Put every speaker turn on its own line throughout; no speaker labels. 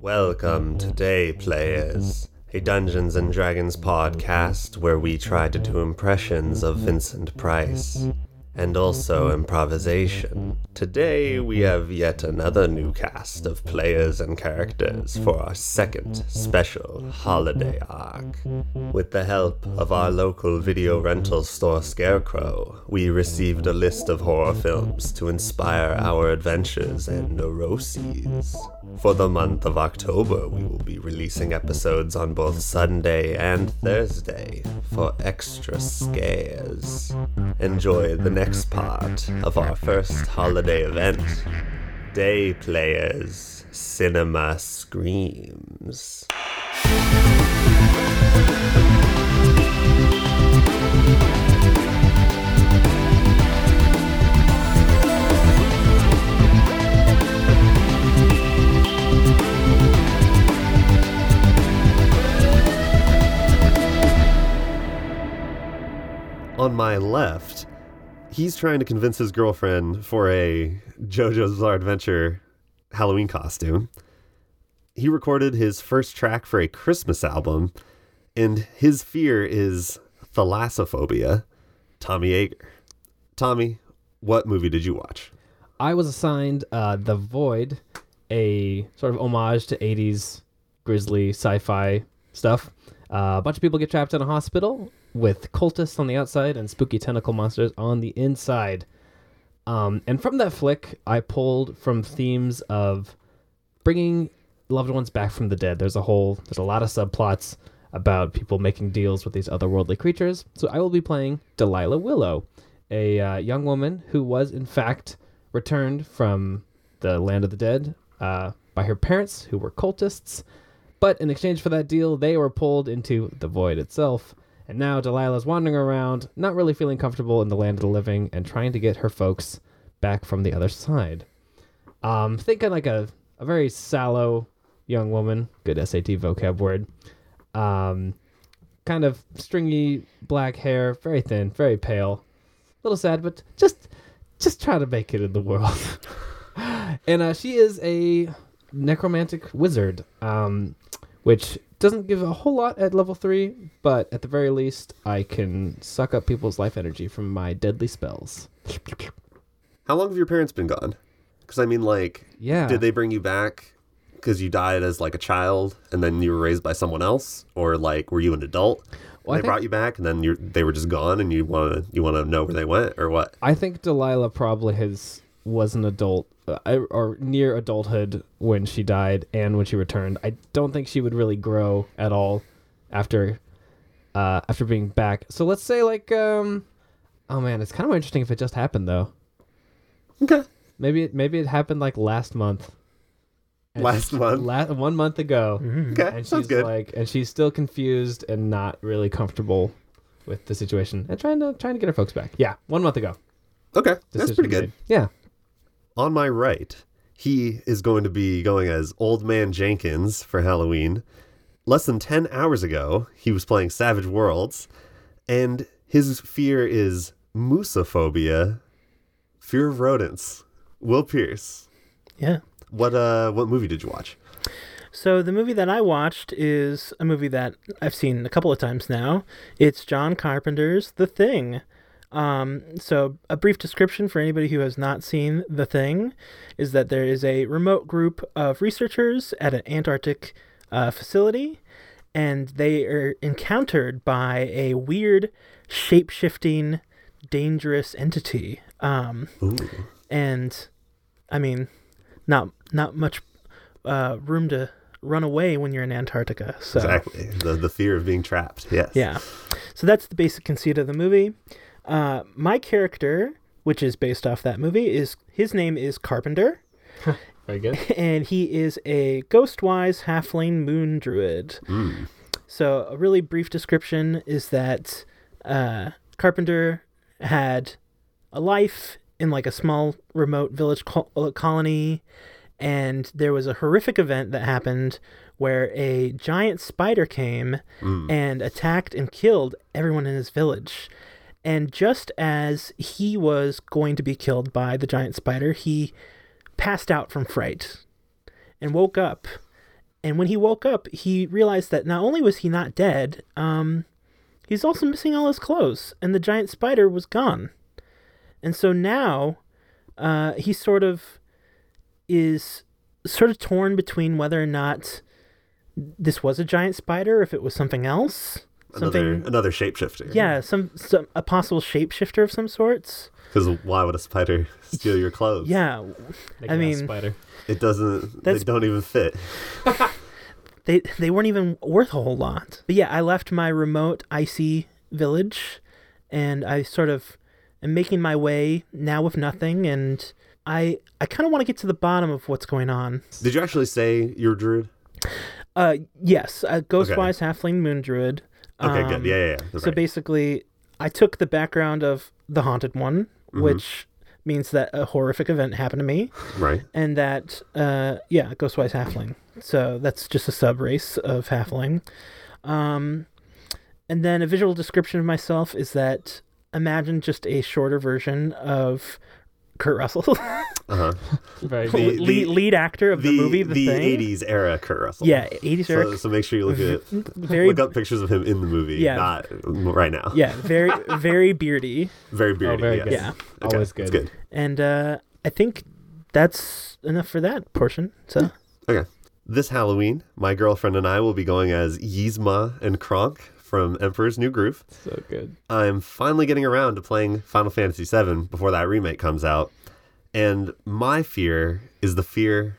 Welcome to Day Players, a Dungeons and Dragons podcast where we try to do impressions of Vincent Price and also improvisation. Today we have yet another new cast of players and characters for our second special holiday arc. With the help of our local video rental store Scarecrow, we received a list of horror films to inspire our adventures and neuroses. For the month of October, we will be releasing episodes on both Sunday and Thursday for extra scares. Enjoy the next part of our first holiday event Day Players Cinema Screams. on my left, he's trying to convince his girlfriend for a JoJo's Bizarre Adventure Halloween costume. He recorded his first track for a Christmas album, and his fear is thalassophobia. Tommy Ager. Tommy, what movie did you watch?
I was assigned uh, The Void, a sort of homage to 80s grisly sci fi stuff. Uh, a bunch of people get trapped in a hospital with cultists on the outside and spooky tentacle monsters on the inside. Um, and from that flick, I pulled from themes of bringing loved ones back from the dead. There's a whole, there's a lot of subplots about people making deals with these otherworldly creatures. So I will be playing Delilah Willow, a uh, young woman who was in fact returned from the land of the dead uh, by her parents, who were cultists. But in exchange for that deal, they were pulled into the void itself. And now Delilah's wandering around, not really feeling comfortable in the land of the living and trying to get her folks back from the other side. Um, thinking like a, a very sallow young woman, good SAT vocab word. Um, kind of stringy black hair, very thin, very pale, a little sad, but just just trying to make it in the world. and uh, she is a necromantic wizard, um, which doesn't give a whole lot at level three, but at the very least, I can suck up people's life energy from my deadly spells.
How long have your parents been gone? Because I mean, like,
Yeah.
did they bring you back because you died as like a child and then you were raised by someone else, or like were you an adult?
Well, I
and they
think-
brought you back and then you they were just gone and you want to you want to know where they went or what?
I think Delilah probably has was an adult uh, or near adulthood when she died and when she returned. I don't think she would really grow at all after uh, after being back. So let's say like um oh man, it's kind of interesting if it just happened though.
Okay.
Maybe it maybe it happened like last month. And
Last month.
La- one month ago.
okay. sounds
and she's
good.
like and she's still confused and not really comfortable with the situation and trying to trying to get her folks back yeah one month ago
okay. That's
decision
pretty good.
made. yeah
On my right, he is going to be going as Old Man Jenkins for Halloween. Less than 10 hours ago, he was playing Savage Worlds, and his fear is moosophobia, fear of rodents. Will Pierce.
Yeah.
What uh what movie did you watch?
So the movie that I watched is a movie that I've seen a couple of times now. It's John Carpenter's The Thing. Um, so a brief description for anybody who has not seen The Thing is that there is a remote group of researchers at an Antarctic uh, facility, and they are encountered by a weird, shape-shifting, dangerous entity. Um,
Ooh.
and I mean, not not much uh, room to run away when you're in Antarctica. So
Exactly. The the fear of being trapped. Yes.
yeah, so that's the basic conceit of the movie. Uh, my character, which is based off that movie, is his name is Carpenter,
very good
and he is a ghost-wise halfling moon druid.
Mm.
So, a really brief description is that uh, Carpenter had a life in like a small remote village col- uh, colony, and there was a horrific event that happened where a giant spider came and attacked and killed everyone in his village. And just as he was going to be killed by the giant spider, he passed out from fright and woke up. And when he woke up, he realized that not only was he not dead, um, he's also missing all his clothes, and the giant spider was gone. And so now uh, he sort of is sort of torn between whether or not this was a giant spider, if it was something else.
Another another shapeshifter.
Yeah, some some a possible shapeshifter of some sorts.
Because why would a spider steal your clothes?
Yeah,
Like
I
that
mean-
spider.
It doesn't.
That's-
They don't even fit.
they they weren't even worth a whole lot. But yeah, I left my remote icy village, and I sort of am making my way now with nothing, and I I kind of want to get to the bottom of what's going on.
Did you actually say you're a druid?
Uh, yes, a ghostwise halfling moon druid.
Okay,
Um,
good. Yeah, yeah. yeah. That's
So
right.
basically, I took the background of the haunted one,
Mm-hmm.
which means that a horrific event happened to me,
right.
and that uh, yeah, Ghostwise Halfling. So that's just a sub race of Halfling. Um, and then a visual description of myself is that imagine just a shorter version of Kurt Russell,
Uh huh.
Very
The-
good.
lead, lead actor of the, movie The, Thing.
80s era Kurt Russell.
Yeah, 80s era
So, so make sure you look at
very-
look up pictures of him in the movie,
Yeah.
not right now.
Yeah, very very beardy.
Very beardy.
Oh, very
yes.
good.
Yeah.
Okay,
Always
that's
good.
good.
And uh, I think that's enough for that portion. So
Okay. This Halloween, my girlfriend and I will be going as Yzma and Kronk from Emperor's New Groove.
So good.
I'm finally getting around to playing Final Fantasy VII before that remake comes out. And my fear is the fear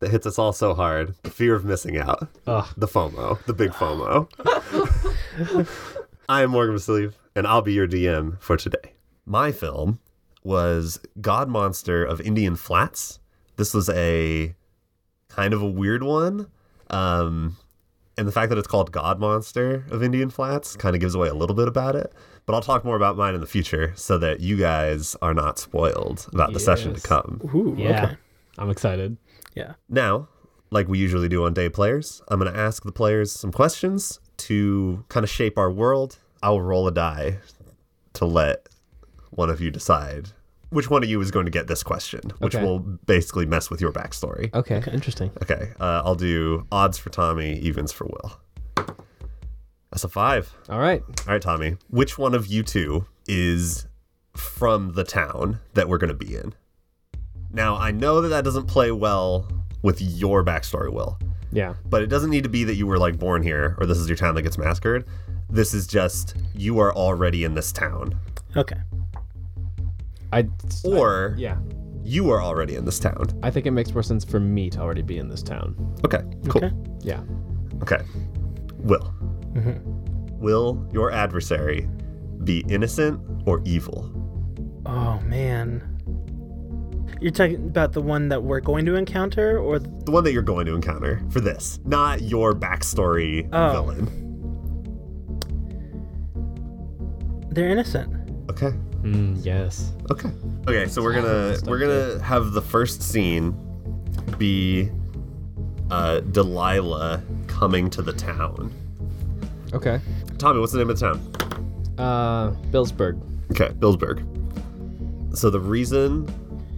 that hits us all so hard the fear of missing out.
Ugh.
The FOMO, the big FOMO. I am Morgan Vasiliev, and I'll be your DM for today. My film was God Monster of Indian Flats. This was a kind of a weird one. Um, and the fact that it's called God Monster of Indian Flats kind of gives away a little bit about it. But I'll talk more about mine in the future so that you guys are not spoiled about the session to
Yes.
come.
ooh,
Yeah.
okay.
I'm excited.
Yeah.
Now, like we usually do on Day Players, I'm going to ask the players some questions to kind of shape our world. I'll roll a die to let one of you decide which one of you is going to get this question, which
Okay.
will basically mess with your backstory.
Okay. Interesting.
Okay, uh, I'll do odds for Tommy, evens for Will. That's a five.
All right.
All right, Tommy. Which one of you two is from the town that we're going to be in? Now, I know that that doesn't play well with your backstory, Will,
Yeah.
but it doesn't need to be that you were like born here or this is your town that gets massacred. This is just you are already in this town,
Okay.
I.
or
Yeah.
you are already in this town.
I think it makes more sense for me to already be in this town.
Okay, cool.
Okay.
Yeah.
Okay. Will. Will your adversary be innocent or evil?
Oh man. You're talking about the one that we're going to encounter, or th-
The one that you're going to encounter for this, not your backstory
Oh.
villain.
they're innocent.
Okay.
Mm, yes.
Okay. Okay, so we're gonna we're gonna have the first scene be uh, Delilah coming to the town.
Okay.
Tommy, what's the name of the town?
Uh, Billsburg.
Okay, Billsburg. So the reason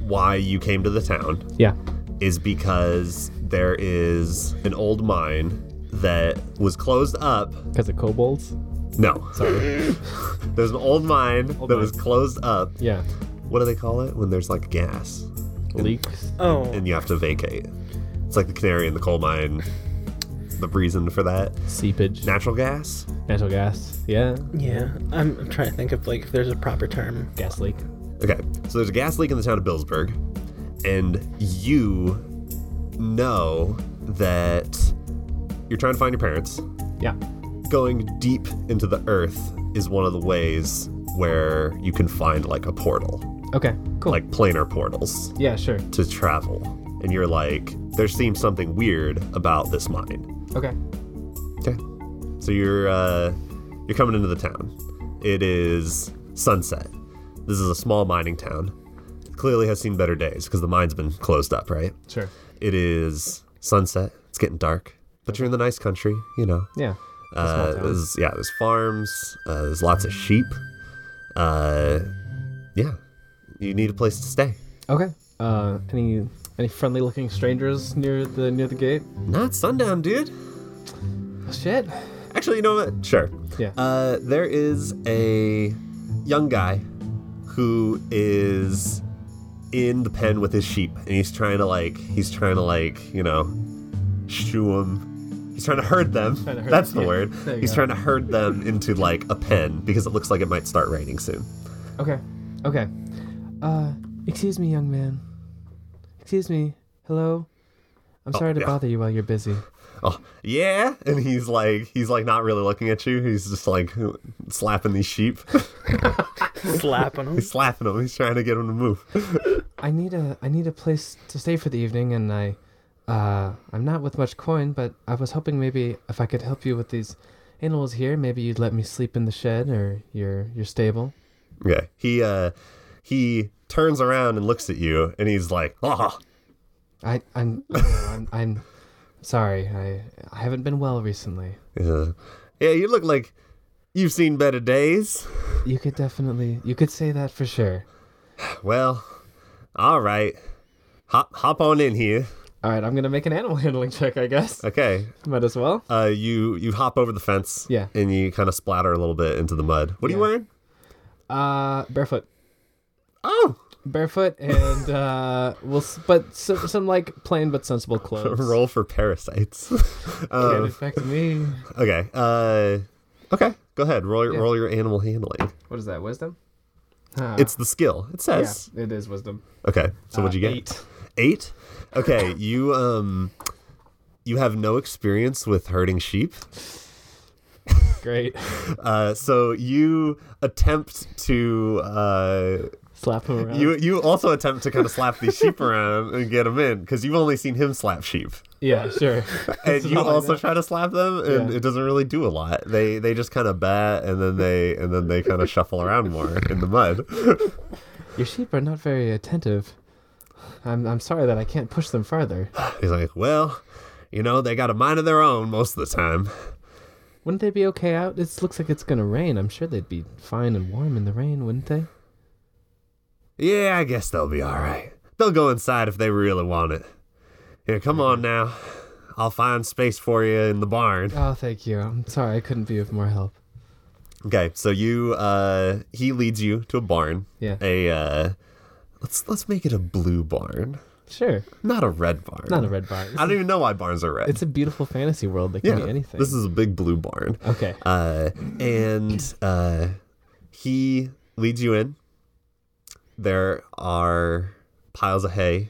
why you came to the town
Yeah.
is because there is an old mine that was closed up.
Because of kobolds.
No, sorry. there's an old mine that was
mines.
closed up.
Yeah.
What do they call it when there's like gas
Leaks.
Oh,
and you have to vacate? It's like the canary in the coal mine. The reason for that
Seepage.
natural gas.
Natural gas. Yeah.
yeah. I'm, I'm trying to think of like if there's a proper term.
Gas leak.
Okay, so there's a gas leak in the town of Billsburg, and you know that you're trying to find your parents.
Yeah.
going deep into the earth is one of the ways where you can find like a portal,
Okay. Cool.
like planar portals
Yeah. Sure.
to travel. And you're like, there seems something weird about this mine.
Okay.
Okay. So you're uh, you're coming into the town. It is sunset. This is a small mining town. Clearly has seen better days because the mine's been closed up, right?
Sure.
It is sunset. It's getting dark, but you're in the nice country, you know.
Yeah.
Uh,
town.
there's, yeah, there's farms. Uh, there's lots of sheep. Uh, yeah, you need a place to stay.
Okay. uh, any any friendly looking strangers near the near the gate?
Not sundown, dude.
Shit.
Actually, you know what? Sure.
Yeah.
Uh, there is a young guy who is in the pen with his sheep, and he's trying to like, he's trying to like, you know, shoo them. He's trying to herd them.
to herd
That's
them,
the
yeah.
word.
There you
He's
go.
trying to herd them into like a pen because it looks like it might start raining soon.
Okay. Okay. Uh, excuse me, young man. Excuse me. Hello. I'm sorry to
yeah.
bother you while you're busy.
Oh yeah, and he's like, he's like not really looking at you. He's just like slapping these sheep.
slapping them.
he's slapping them. He's trying to get them to move.
I need a I need a place to stay for the evening, and I, uh, I'm not with much coin, but I was hoping maybe if I could help you with these animals here, maybe you'd let me sleep in the shed or your your stable.
Okay. He uh he turns around and looks at you and he's like, "Ah,
I I'm I know, I'm, I'm sorry. I I haven't been well recently.
Uh, yeah, you look like you've seen better days."
You could definitely you could say that for sure.
Well, all right. Hop hop on in here.
All right, I'm gonna make an animal handling check. I guess
Okay.
might as well.
Uh you you hop over the fence
Yeah.
and you kind of splatter a little bit into the mud. What are you
Yeah.
wearing?
Uh, barefoot,
Oh,
barefoot, and uh, we'll s- but some, some like plain but sensible clothes.
roll for parasites.
Can't
um,
affect me.
okay. Uh okay. Go ahead. Roll your
Yeah. Uh,
roll your animal handling.
What is that? Wisdom. Ah,
It's the skill. It
yeah,
says.
it is wisdom.
Okay. So what'd
Uh,
you get?
Eight.
Eight. Okay, you um, you have no experience with herding sheep,
Great.
uh, so you attempt to uh,
Slap him around.
you you also attempt to kind of slap these sheep around and get them in because you've only seen him slap sheep,
Yeah, sure.
and
That's
you
all I
also
know.
try to slap them, and
Yeah.
it doesn't really do a lot. They they just kind of bat, and then they and then they kind of shuffle around more in the mud.
Your sheep are not very attentive. I'm I'm sorry that I can't push them farther.
He's like, well, you know, they got a mind of their own most of the time.
Wouldn't they be okay out? It looks like it's gonna rain. I'm sure they'd be fine and warm in the rain, wouldn't they?
Yeah, I guess they'll be all right. They'll go inside if they really want it. Here, come on now. I'll find space for you in the barn.
Oh, thank you. I'm sorry I couldn't be of more help.
Okay, so you uh he leads you to a barn.
Yeah.
A uh let's let's make it a blue barn.
Sure.
Not a red barn.
Not a red barn.
I don't even know why barns are red.
It's a beautiful fantasy world that can
yeah,
be anything.
This is a big blue barn.
okay.
Uh and uh he leads you in. There are piles of hay,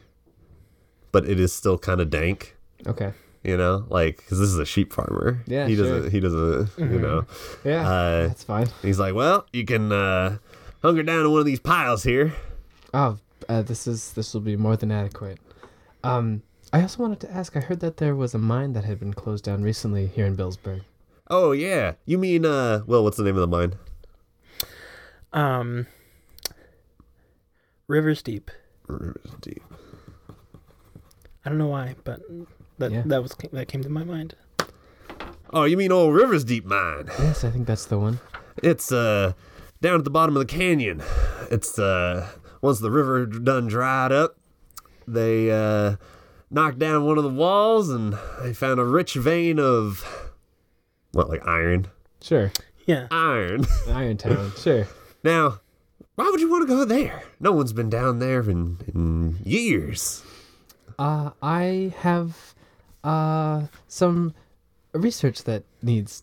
but it is still kind of dank.
Okay.
you know like because this is a sheep farmer
Yeah,
he
sure. Mm-hmm.
doesn't he doesn't you know
Yeah.
Uh,
that's fine.
he's like well you can uh hunger down in one of these piles here
Oh, uh, this is this will be more than adequate. Um, I also wanted to ask. I heard that there was a mine that had been closed down recently here in Billsburg.
oh yeah you mean uh well what's the name of the mine
Um, Rivers Deep. I don't know why, but that
Yeah.
that was that came to my mind.
oh you mean old rivers deep mine
Yes, I think that's the one.
it's uh down at the bottom of the canyon it's uh once the river done dried up they uh knocked down one of the walls and they found a rich vein of what like iron
Sure,
Yeah.
iron
Iron Town. Sure.
Now, why would you want to go there? No one's been down there in, in years.
Uh, I have uh some research that needs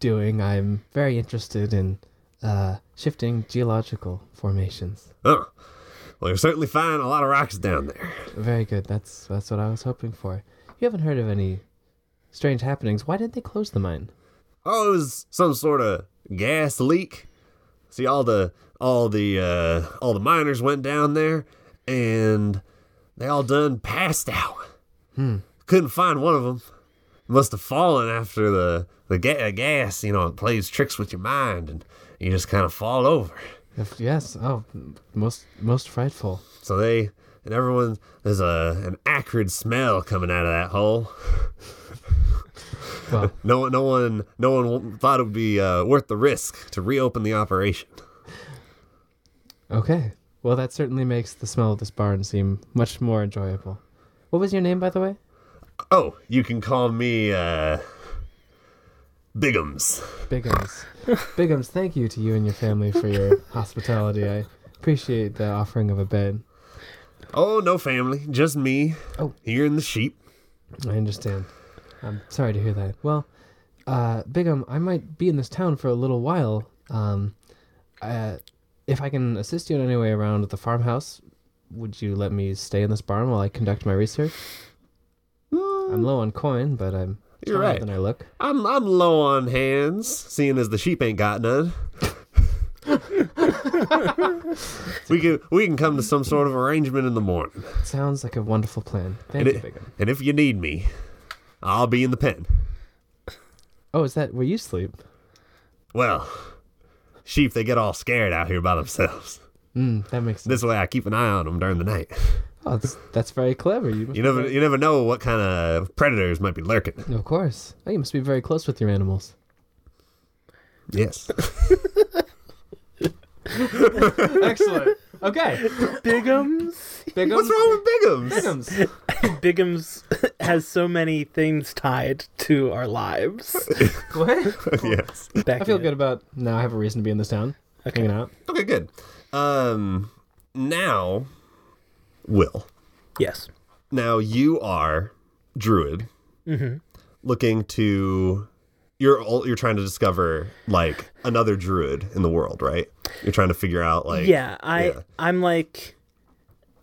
doing. I'm very interested in uh shifting geological formations.
Oh, well, you're certainly finding a lot of rocks down there.
Very good. That's that's what I was hoping for. You haven't heard of any strange happenings. Why did they close the mine?
Oh, it was some sort of gas leak. See, all the all the uh, all the miners went down there, and they all done passed out. Couldn't find one of them. Must have fallen after the the ga- gas. You know, it plays tricks with your mind, and you just kind of fall over.
If, yes. Oh, m- most most frightful.
So they and everyone there's a an acrid smell coming out of that hole.
Well,
No one, no one, no one thought it would be uh, worth the risk to reopen the operation.
okay. Well, that certainly makes the smell of this barn seem much more enjoyable. What was your name, by the way?
Oh, you can call me uh Biggums.
Biggums. Biggums, thank you to you and your family for your hospitality. I appreciate the offering of a bed.
Oh, no family, just me.
Oh.
Here in the sheep.
I understand. I'm sorry to hear that. Well, uh, Bigham, I might be in this town for a little while. Um, uh, if I can assist you in any way around the farmhouse, would you let me stay in this barn while I conduct my research? I'm low on coin, but I'm
You're
taller
right.
than I look.
Mm, I'm I'm low on hands, seeing as the sheep ain't got none. we can we can come to some sort of arrangement in the morning.
Sounds like a wonderful plan.
And
Thank you,
it-
Bigham.
And if you need me, I'll be in the pen.
Oh, is that where you sleep?
Well, sheep they get all scared out here by themselves.
Mm, that makes sense.
This way I keep an eye on them during the night.
Oh, that's, that's very clever. You, must
You
be
never you never know what kind of predators might be lurking.
very- Of course. Oh, you must be very close with your animals.
Yes.
Excellent. Okay.
Biggums.
Bigham.
What's wrong with Biggums?
Bighams.
Biggums has so many things tied to our lives.
What?
yes.
Back
I feel
in.
good about now. I have a reason to be in this town, hanging out.
Okay, good. Um now Will.
Yes.
Now you are druid, looking to you're all, you're trying to discover like another druid in the world, right? You're trying to figure out like
yeah i
yeah.
i'm like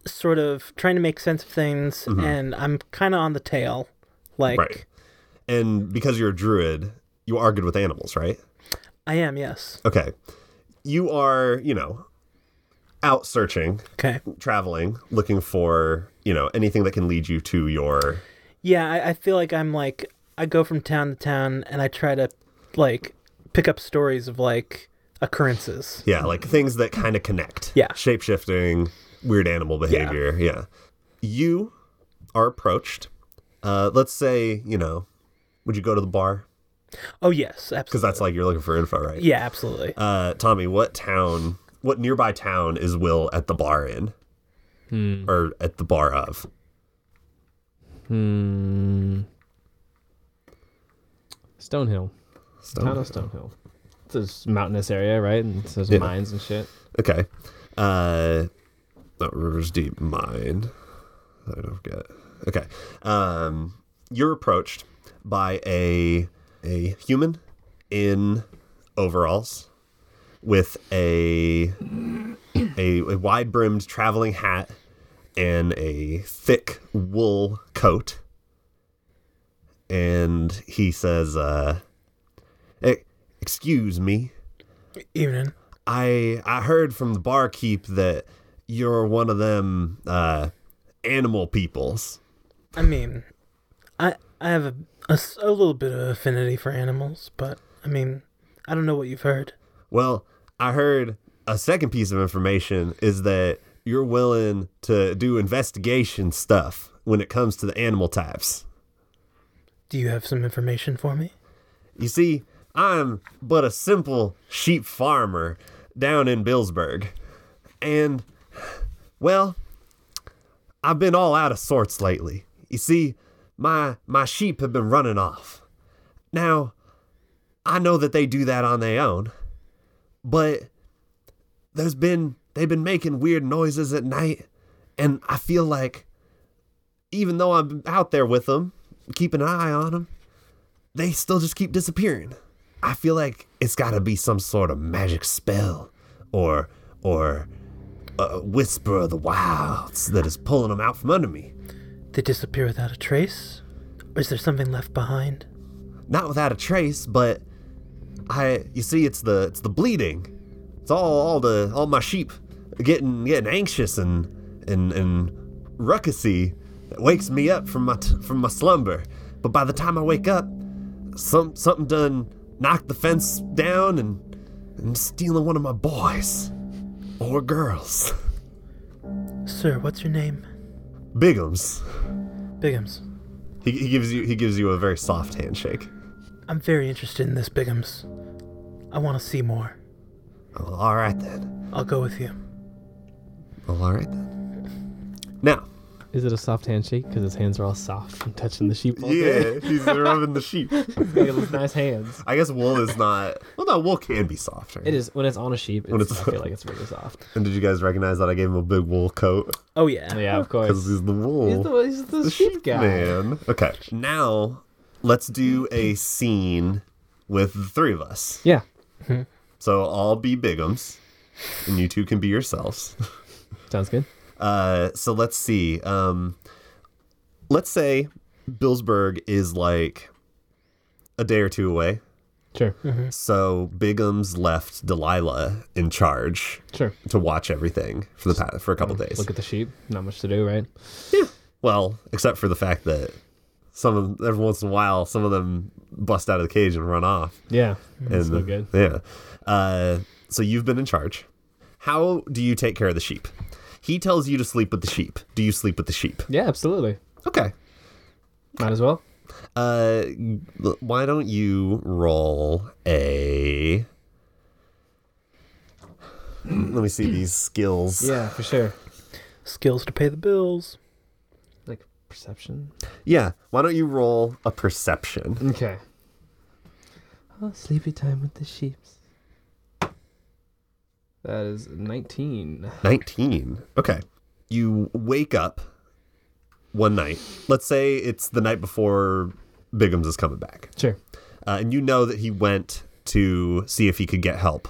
sort of trying to make sense of things and i'm kind of on the tail like
Mm-hmm. Right. and because you're a druid, you are good with animals, right?
i am yes
Okay, you are you know out searching,
okay
traveling, looking for you know anything that can lead you to your
yeah I, I feel like i'm like i go from town to town and i try to like pick up stories of like occurrences
Yeah, like things that kind of connect.
Yeah.
Shapeshifting, weird animal behavior. Yeah. You are approached. Uh, let's say, you know, would you go to the bar?
oh yes
Because
absolutely
that's like you're looking for info, right?
yeah absolutely
Uh, Tommy, what town, what nearby town is Will at the bar in?
Hmm.
Or at the bar of?
Hmm. Stonehill. Town of
Stone.
Stonehill. It's this mountainous area, right? And so there's mines and shit.
Okay. Uh, not Rivers Deep Mine. I don't get. Okay. Um, you're approached by a a human in overalls with a a, a wide brimmed traveling hat and a thick wool coat. And he says, uh, "E- "Excuse me."
evening
I I heard from the barkeep that you're one of them uh, animal peoples.
i mean i i have a, a s- a little bit of affinity for animals but i mean i don't know what you've heard
Well, I heard a second piece of information is that you're willing to do investigation stuff when it comes to the animal types.
do you have some information for me
You see, I'm but a simple sheep farmer down in Billsburg. And, well, I've been all out of sorts lately. You see, my, my sheep have been running off. Now, I know that they do that on their own, but there's been, they've been making weird noises at night, and I feel like even though I'm out there with them, keeping an eye on them, they still just keep disappearing. I feel like it's got to be some sort of magic spell, or or a whisper of the wilds that is pulling them out from under me.
They disappear without a trace? Or is there something left behind?
Not without a trace, but I you see, it's the it's the bleeding. It's all all the all my sheep getting getting anxious and and and ruckusy that wakes me up from my t- from my slumber. But by the time I wake up, some something done knocked the fence down and and stealing one of my boys or girls.
Sir, what's your name?
Bigums.
Biggums.
He, he gives you he gives you a very soft handshake.
I'm very interested in this, Biggums. I want to see more.
Oh, all right then.
I'll go with you.
Well, all right then. Now,
Is it a soft handshake? Because his hands are all soft from touching the sheep. All day.
yeah, he's rubbing the sheep.
He has nice hands.
I guess wool is not. Well, no, wool can be soft. Right?
It is when it's on a sheep.
When
It's,
it's-
I feel like it's really soft.
And did you guys recognize that I gave him a big wool coat
Oh yeah.
Yeah, of
because
course.
he's the wool?
He's the, he's the sheep guy.
man. Okay, now let's do a scene with the three of us.
Yeah.
So I'll be Bigums, and you two can be yourselves.
Sounds good.
Uh, so let's see. Um, let's say Billsburg is like a day or two away.
Sure.
So Bigums left Delilah in charge
Sure.
to watch everything for the pa- for a couple days.
Look at the sheep. Not much to do, right?
Well, except for the fact that some of every once in a while, some of them bust out of the cage and run off.
Yeah. That's
and
no good.
yeah. Uh, so you've been in charge. How do you take care of the sheep? He tells you to sleep with the sheep. Do you sleep with the sheep?
Yeah, absolutely.
Okay.
Might as well.
Uh, l- why don't you roll a? Let me see these skills.
Yeah, for sure.
Skills to pay the bills.
Like perception.
Yeah. Why don't you roll a perception?
Okay. Oh, sleepy time with the sheeps. That is 19.
19. Okay. You wake up one night. Let's say it's the night before Bigums is coming back.
Sure.
Uh, and you know that he went to see if he could get help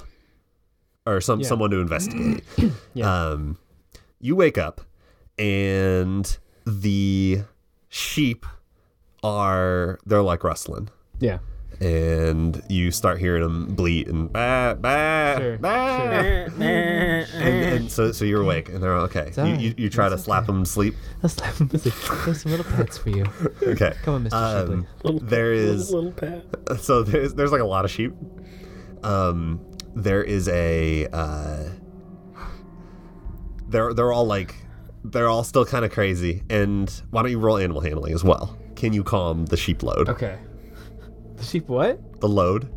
or some
Yeah.
someone to investigate.
Yeah.
Um you wake up and the sheep are they're like rustling
Yeah.
and you start hearing them bleat and bah bah
Sure,
bah
sure.
and, and so, so you're awake, and they're okay. You,
alright.
you, you try to
It's
slap
okay.
them to sleep.
Let's let him busy. There's some little pets for you.
Okay.
Come on, Mr.
Um,
Little-
there is
little, little pat.
so there's there's like a lot of sheep. Um, there is a uh, they're they're all like they're all still kind of crazy. And why don't you roll animal handling as well? Can you calm the sheep load?
Okay. The sheep what?
The load?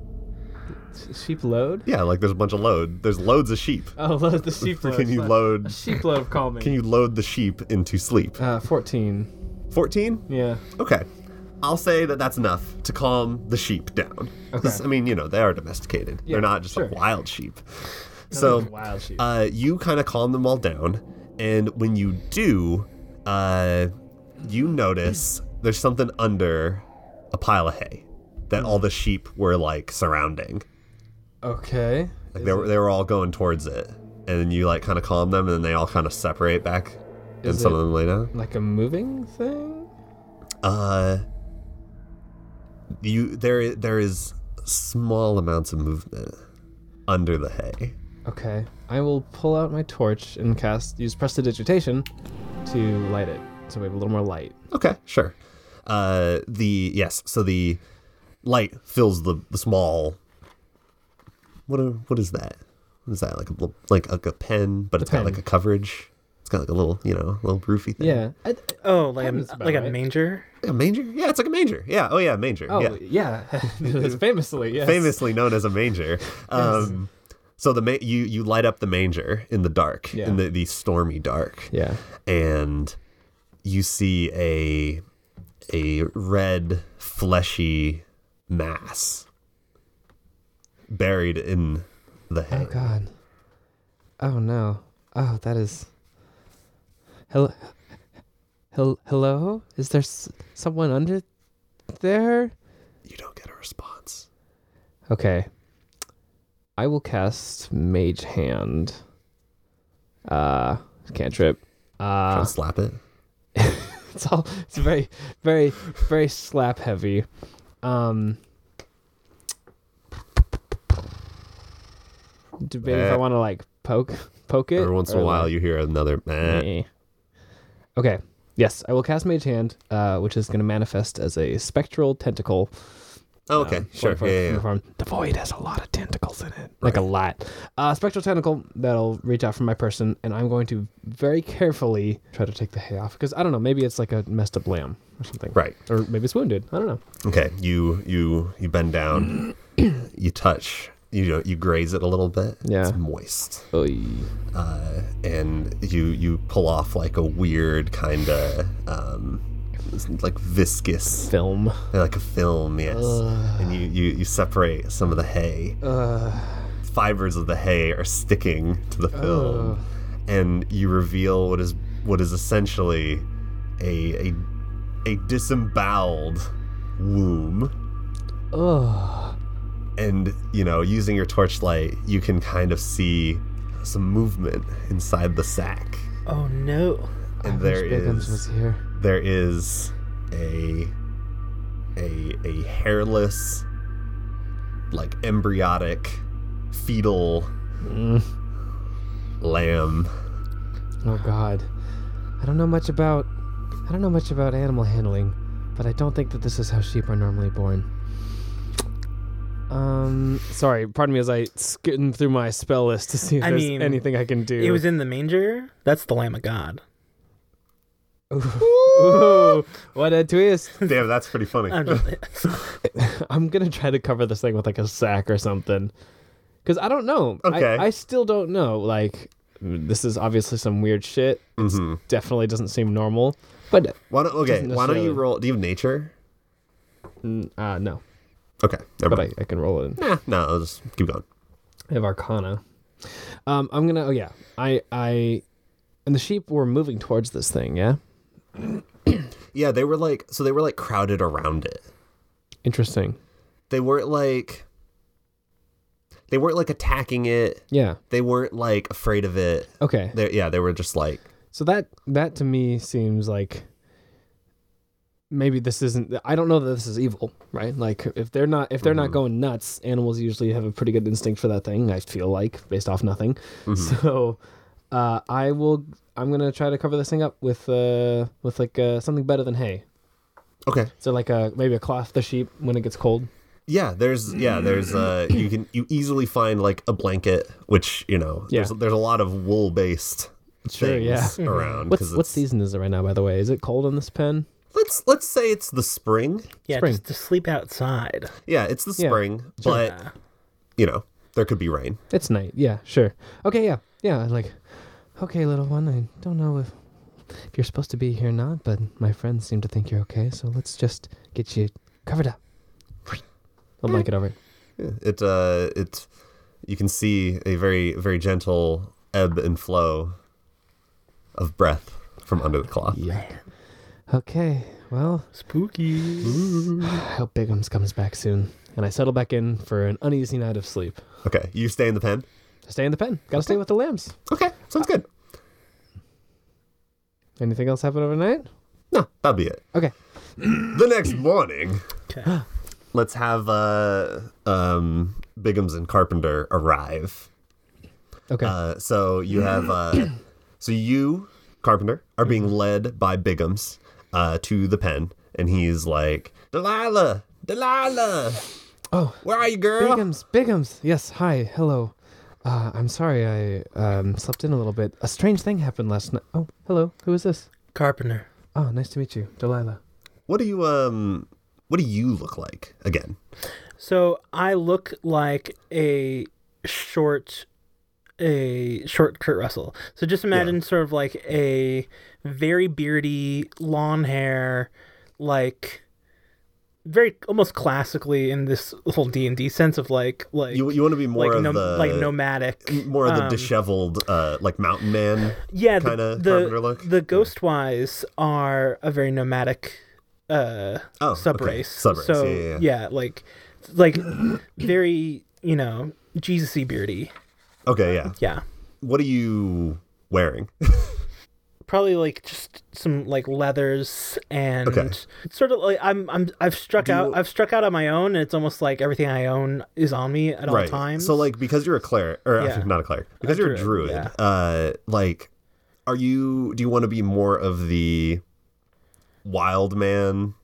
Sh- sheep load?
Yeah, like there's a bunch of load. There's loads of sheep.
Oh, load the sheep load.
Can you
Sorry.
load?
A sheep load of calming.
Can you load the sheep into sleep?
Uh, 14.
Fourteen.
Yeah.
Okay. I'll say that that's enough to calm the sheep down. 'Cause,
Okay.
I mean, you know, they are domesticated.
Yeah,
They're not just like
sure.
wild sheep. So
wild sheep.
uh, you kind of calm them all down. And when you do, uh, you notice there's something under a pile of hay that
Hmm.
all the sheep were like surrounding.
okay.
Like they were, they were all going towards it. And then you like kind of calm them and then they all kind of separate back. And
Is
some
it-
of them lay down.
Like a moving thing?
Uh, you there there is small amounts of movement under the hay.
Okay. I will pull out my torch and cast use prestidigitation to light it. So we have a little more light.
Okay, sure. Uh, the yes, so the light fills the the small. What a, what is that? What is that like a little- like a, a pen, but it's got
pen.
like a coverage. It's got like a little you know little roofy thing.
Yeah. I,
Oh, like a,
Sounds about
like a
right.
manger.
Like a manger. Yeah, it's like a manger. Yeah. Oh yeah, manger.
oh,
yeah.
yeah. That's famously, yes.
famously known as a manger. Um, So the ma- you you light up the manger in the dark,
Yeah.
in the, the stormy dark,
Yeah.
and you see a a red fleshy mass buried in the hay.
Oh God. Oh no. Oh, that is. Hello. Hel- hello. Is there s- someone under there?
You don't get a response.
Okay. I will cast Mage Hand. Uh, cantrip.
Try
Uh,
to slap it.
it's all. It's very, very, very slap heavy. Um. Debate if I
Eh.
want to like poke, poke it.
Every once in
or,
a while,
like,
you hear another. Meh.
Eh. Okay. Yes, I will cast Mage Hand, uh, which is going to manifest as a spectral tentacle.
Oh, okay,
um,
sure.
from-
yeah, yeah,
from
yeah.
the farm. The void has a lot of tentacles in it, like a lot. Uh, spectral tentacle that'll reach out from my person, and I'm going to very carefully try to take the hay off because I don't know. Maybe it's like a messed up lamb or something,
Right.
Or maybe it's wounded. I don't know.
Okay, you you you bend down, you touch, you know you graze it a little bit.
Yeah.
It's moist.
Oy.
uh, and you you pull off like a weird kind of um, like viscous
Film.
like a film yes and you, you you separate some of the hay fibers of the hay are sticking to the film and you reveal what is what is essentially a a, a disemboweled womb
Ugh.
and you know using your torchlight you can kind of see some movement inside the sack
Oh no.
and
I
there
wish Biggins
is
was here.
there is a a a hairless like embryotic fetal lamb
Oh God. I don't know much about. I don't know much about animal handling, but I don't think that this is how sheep are normally born. Um, sorry. Pardon me as I skitting through my spell list to see if
I
there's
mean,
anything I can do.
It was in the manger. That's the Lamb of God.
Ooh, what a twist!
damn that's pretty funny
I'm just-
I'm gonna try to cover this thing with like a sack or something, because I don't know. I-
Okay.
I, still don't know. Like, this is obviously some weird shit. It's
Mm-hmm.
Definitely doesn't seem normal. But
why don't, okay
Doesn't
why don't you
necessarily-
roll do you have nature
uh, no.
okay never
But
mind
I, I can roll it. In.
Nah, no I'll just keep going
I have Arcana. Um, I'm gonna. Oh yeah. I I, and the sheep were moving towards this thing. Yeah.
yeah they were like so they were like crowded around it
Interesting.
they weren't like they weren't like attacking it
Yeah.
they weren't like afraid of it
Okay.
they yeah they were just like
So that that to me seems like maybe this isn't I don't know that this is evil, right? Like if they're not if they're not going nuts, animals usually have a pretty good instinct for that thing, I feel like, based off nothing. So uh I will I'm going to try to cover this thing up with uh with like uh something better than hay.
okay
So like a maybe a cloth the sheep when it gets cold.
Yeah, there's yeah, there's uh you can you easily find like a blanket, which you know
Yeah.
there's there's a lot of wool based
Sure,
things
yeah. Mm-hmm.
around.
What's
'cause
what
it's-
season is it right now by the way? Is it cold on this pen?
Let's let's say it's the spring.
yeah,
Spring.
just to sleep outside.
Yeah, it's the
Yeah,
spring, but you know there could be rain.
It's night. Yeah, sure. Okay, yeah. Yeah, I'm like, okay, little one, I don't know if, if you're supposed to be here or not, but my friends seem to think you're okay, so let's just get you covered up. I'll blanket over it.
Yeah, It uh it you can see a very very gentle ebb and flow of breath from under the cloth.
Yeah. Okay, well,
Spooky.
I hope Bigums comes back soon. And I settle back in for an uneasy night of sleep.
Okay, you stay in the pen.
I stay in the pen. Gotta stay with the lambs.
Okay, sounds good.
Anything else happen overnight?
No, that'll be it.
Okay.
The next morning.
Okay.
let's have uh um Biggums and Carpenter arrive.
Okay.
Uh so you have uh so you Carpenter are
Mm-hmm.
being led by Biggums uh to the pen and he's like Delilah Delilah
oh,
where are you girl
Bigums, Bigums. Yes, hi, hello. Uh, I'm sorry I um, slept in a little bit. A strange thing happened last night. Oh, hello. Who is this?
Carpenter.
Oh, nice to meet you, Delilah.
what do you um what do you look like again
So I look like a short, a short Kurt Russell. So just imagine sort of like a very beardy, long hair, like very almost classically in this whole D and D sense of like like
you you want to be more
like
of
nom-
the
like nomadic,
more of the
um,
disheveled uh like mountain man
yeah the-
kinda Carpenter
the
look?
the Ghostwise are a very nomadic uh
oh okay,
subrace.
subrace
So
yeah, yeah, yeah.
like like very, you know, Jesus-y beardy.
okay yeah
Yeah.
what are you wearing
Probably like just some like leathers and
Okay.
it's sort of like I'm I'm I've struck
you-
out I've struck out on my own and it's almost like everything I own is on me at all times.
So like because you're a cleric or
Yeah.
not a cleric, because
A
you're
druid,
a druid, uh like are you do you want to be more of the wild man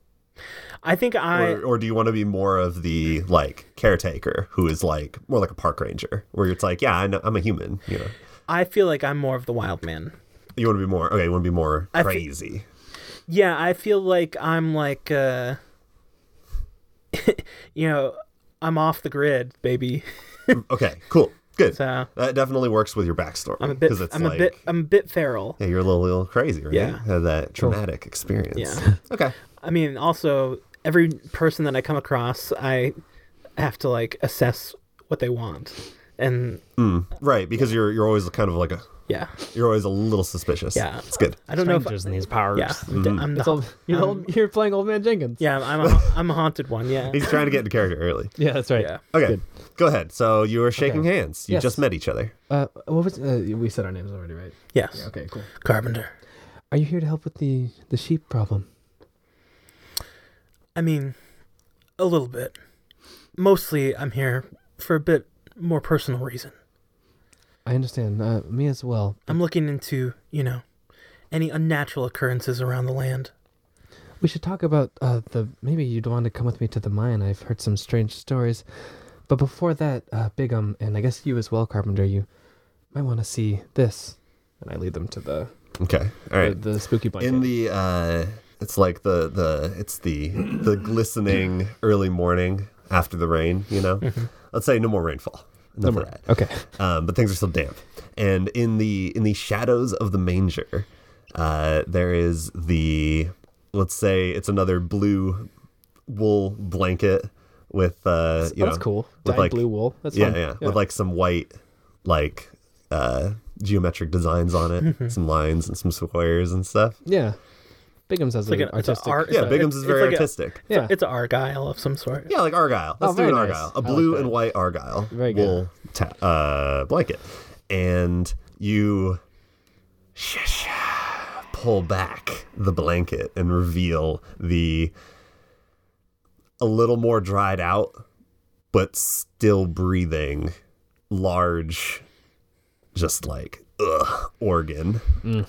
I think I
or, or do you want to be more of the like caretaker who is like more like a park ranger where it's like yeah I know, I'm a human you know
I feel like I'm more of the wild man.
you want to be more okay you want to be more
I fe-
crazy
Yeah, I feel like I'm like uh you know, I'm off the grid, baby.
okay, cool, good.
So
that definitely works with your backstory.
I'm a bit.
'cause it's
I'm
like,
a bit. I'm a bit feral.
Yeah, you're a little, little crazy, right?
Yeah.
Had that traumatic experience.
Yeah.
Okay.
I mean, also every person that I come across, I have to like assess what they want, and
Mm, right, because you're you're always kind of like a
yeah,
you're always a little suspicious.
Yeah.
It's good.
I don't know
Strangers
if
and these powers.
yeah, I'm d- I'm
It's
the,
all, you're, old, you're playing old man Jenkins.
yeah, I'm a, I'm a haunted one. Yeah,
He's trying to get into character early.
yeah, that's right.
yeah.
Okay.
Good.
Go ahead. So you were shaking
Okay.
hands. You
Yes.
just met each other.
Uh, what was uh, we said our names already, right?
Yes,
Yeah, okay, cool.
Carpenter.
Are you here to help with the the sheep problem?
I mean, a little bit. Mostly, I'm here for a bit more personal reason.
I understand. Uh, me as well.
I'm looking into, you know, any unnatural occurrences around the land.
We should talk about uh, the. Maybe you'd want to come with me to the mine. I've heard some strange stories. But before that, uh, Big Um, and I guess you as well, Carpenter, you might want to see this. And I lead them to the
Okay. All right.
the, the spooky blanket.
In the uh it's like the the it's the the glistening early morning after the rain, you know. Let's say no more rainfall. Enough of that.
okay.
um, but things are still damp. And in the in the shadows of the manger, uh, there is the let's say it's another blue wool blanket with uh, you
Oh, that's
know,
cool.
with
Dyed
like
blue wool. That's
yeah,
fun.
yeah with like some white like uh, geometric designs on it, some lines and some squares and stuff.
yeah. Bigums has
like
an
an- it's a
artistic.
art-
Yeah, Um.
So
Bingham's
it's-
is
it's
very
like a-
artistic.
yeah.
It's an argyle of some sort.
Yeah, like Argyle. Let's do
Oh, very
an
nice.
Argyle.
I
A
like
blue
that.
and white Argyle
Very good.
wool ta- uh, blanket. And you shush, pull back the blanket and reveal the a little more dried out, but still breathing, large, just like ugh, organ
Mm.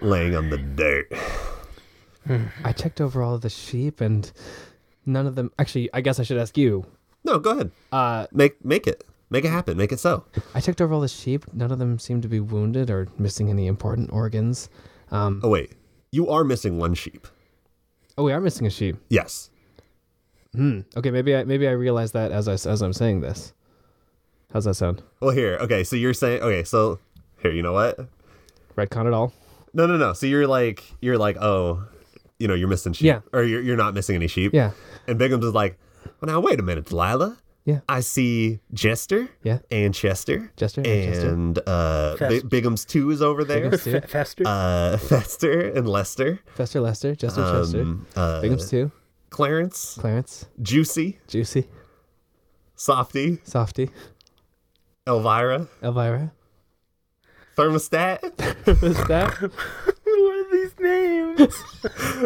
laying on the dirt.
I checked over all the sheep and none of them. Actually, I guess I should ask you.
No, go ahead.
Uh,
Make make it. Make it happen. Make it so.
I checked over all the sheep. None of them seemed to be wounded or missing any important organs. Um,
Oh wait, you are missing one sheep.
oh, we are missing a sheep.
Yes.
Hmm. Okay, maybe I maybe I realize that as I as I'm saying this. How's that sound?
Well, here. Okay, so you're saying. Okay, so here. You know what?
Redcon at all?
No, no, no. So you're like, you're like, oh, you know, you're missing sheep,
Yeah.
or you're you're not missing any sheep.
Yeah.
And Bigham's is like, well, now wait a minute, Delilah.
Yeah.
I see Jester.
Yeah.
And Chester.
Chester and Chester.
And uh, Bi-
Fester.
Bigham's two is over there.
Bigums two.
F- faster.
Uh, Fester and Lester.
Fester Lester, Chester Chester.
Um, uh,
Bigums two.
Clarence,
Clarence.
Juicy,
Juicy.
Softy,
Softy.
Elvira,
Elvira.
Thermostat.
Who's that?
what are these names?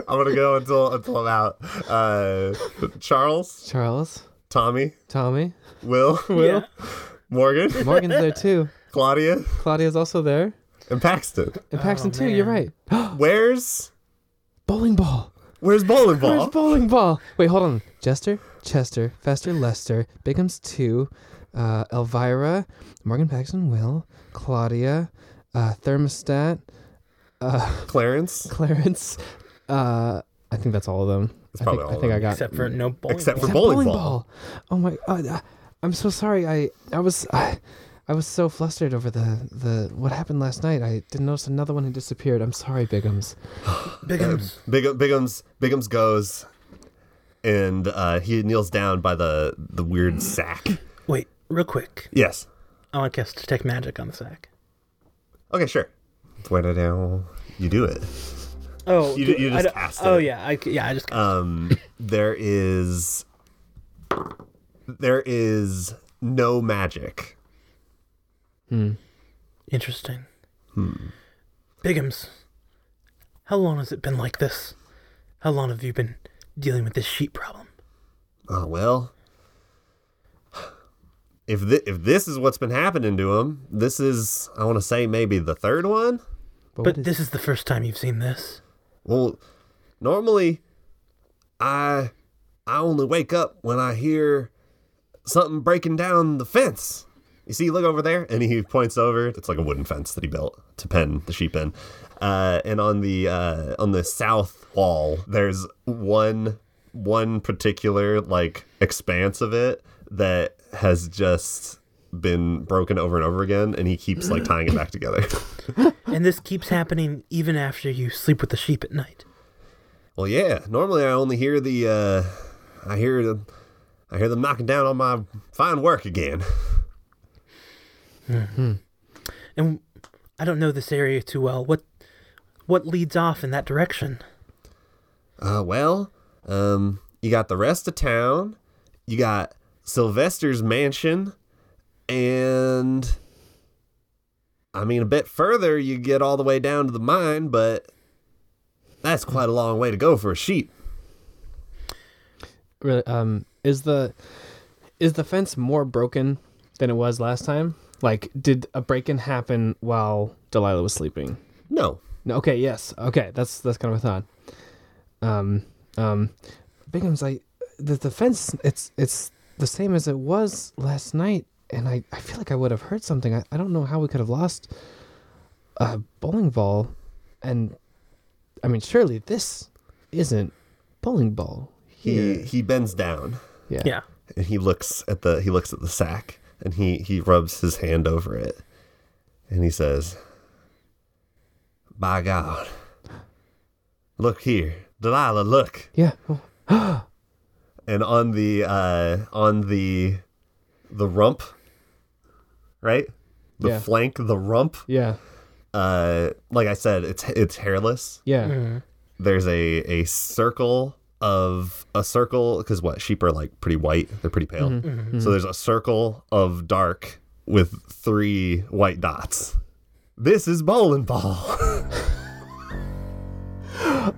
I'm gonna go until until I'm out. Uh, Charles,
Charles.
Tommy,
Tommy.
Will,
Will.
Morgan,
Morgan's there too.
Claudia,
Claudia's also there.
and Paxton.
And Paxton too, you're right.
Where's
bowling ball.
where's bowling ball?
Where's bowling ball? Wait, hold on. Jester, Chester, Fester, Lester, Bigums two, uh, Elvira, Morgan Paxton, Will, Claudia, uh, Thermostat, uh,
Clarence,
Clarence. Uh, I think that's all of them. I
probably
think,
all
I,
of
think I
them.
got Mm.
Except for no bowling.
Uh, Except for
ball.
Except
bowling ball.
Oh my! God. I- I'm so sorry. I I was I, I was so flustered over the the what happened last night. I didn't notice another one who disappeared. I'm sorry, Bigums.
Bigums.
Big, Bigums, Bigums goes, and uh, he kneels down by the the weird sack.
Wait, real quick.
Yes.
I want to cast detect magic on the sack.
Okay, sure. Bueno, now you do it.
Oh,
You-
do-
you
I
just
don't-
cast
Oh
it.
yeah, I, yeah. I just
um, there is there is no magic.
Interesting.
hmm.
Bigums, how long has it been like this? How long have you been dealing with this sheep problem?
Oh well. If thi- if this is what's been happening to him, this is I want to say maybe the third one.
what
But
is-
this is the first time you've seen this.
Well, normally I I only wake up when I hear something breaking down the fence. You see, look over there, and he points over. It's like a wooden fence that he built to pen the sheep in. Uh, and on the uh, on the south wall, there's one one particular like expanse of it that has just been broken over and over again, and he keeps like tying it back together.
And this keeps happening even after you sleep with the sheep at night.
well, yeah. Normally, I only hear the, uh, I hear the, I hear them knocking down on my fine work again.
And I don't know this area too well. What what leads off in that direction?
Uh, well, um, you got the rest of town, you got Sylvester's mansion, and I mean, a bit further, you get all the way down to the mine, but that's quite a long way to go for a sheep.
Really, um, is the is the fence more broken than it was last time? Like, did a break-in happen while Delilah was sleeping?
No,
No, okay, yes. Okay, that's that's kind of a thought. Um um Bingham's like the the fence it's it's the same as it was last night and I, I feel like I would have heard something. I, I don't know how we could have lost a bowling ball and I mean surely this isn't bowling ball
he
here.
he bends down
yeah.
Yeah.
and he looks at the he looks at the sack and he he rubs his hand over it and he says, "By God, look here, Delilah, look."
Yeah. Oh,
and on the uh on the the rump right the
Yeah.
flank the rump
yeah.
uh like i said it's it's hairless
Yeah.
there's a a circle of a circle because what sheep are like pretty white they're pretty pale
Mm-hmm.
Mm-hmm.
so there's a circle of dark with three white dots this is bowling ball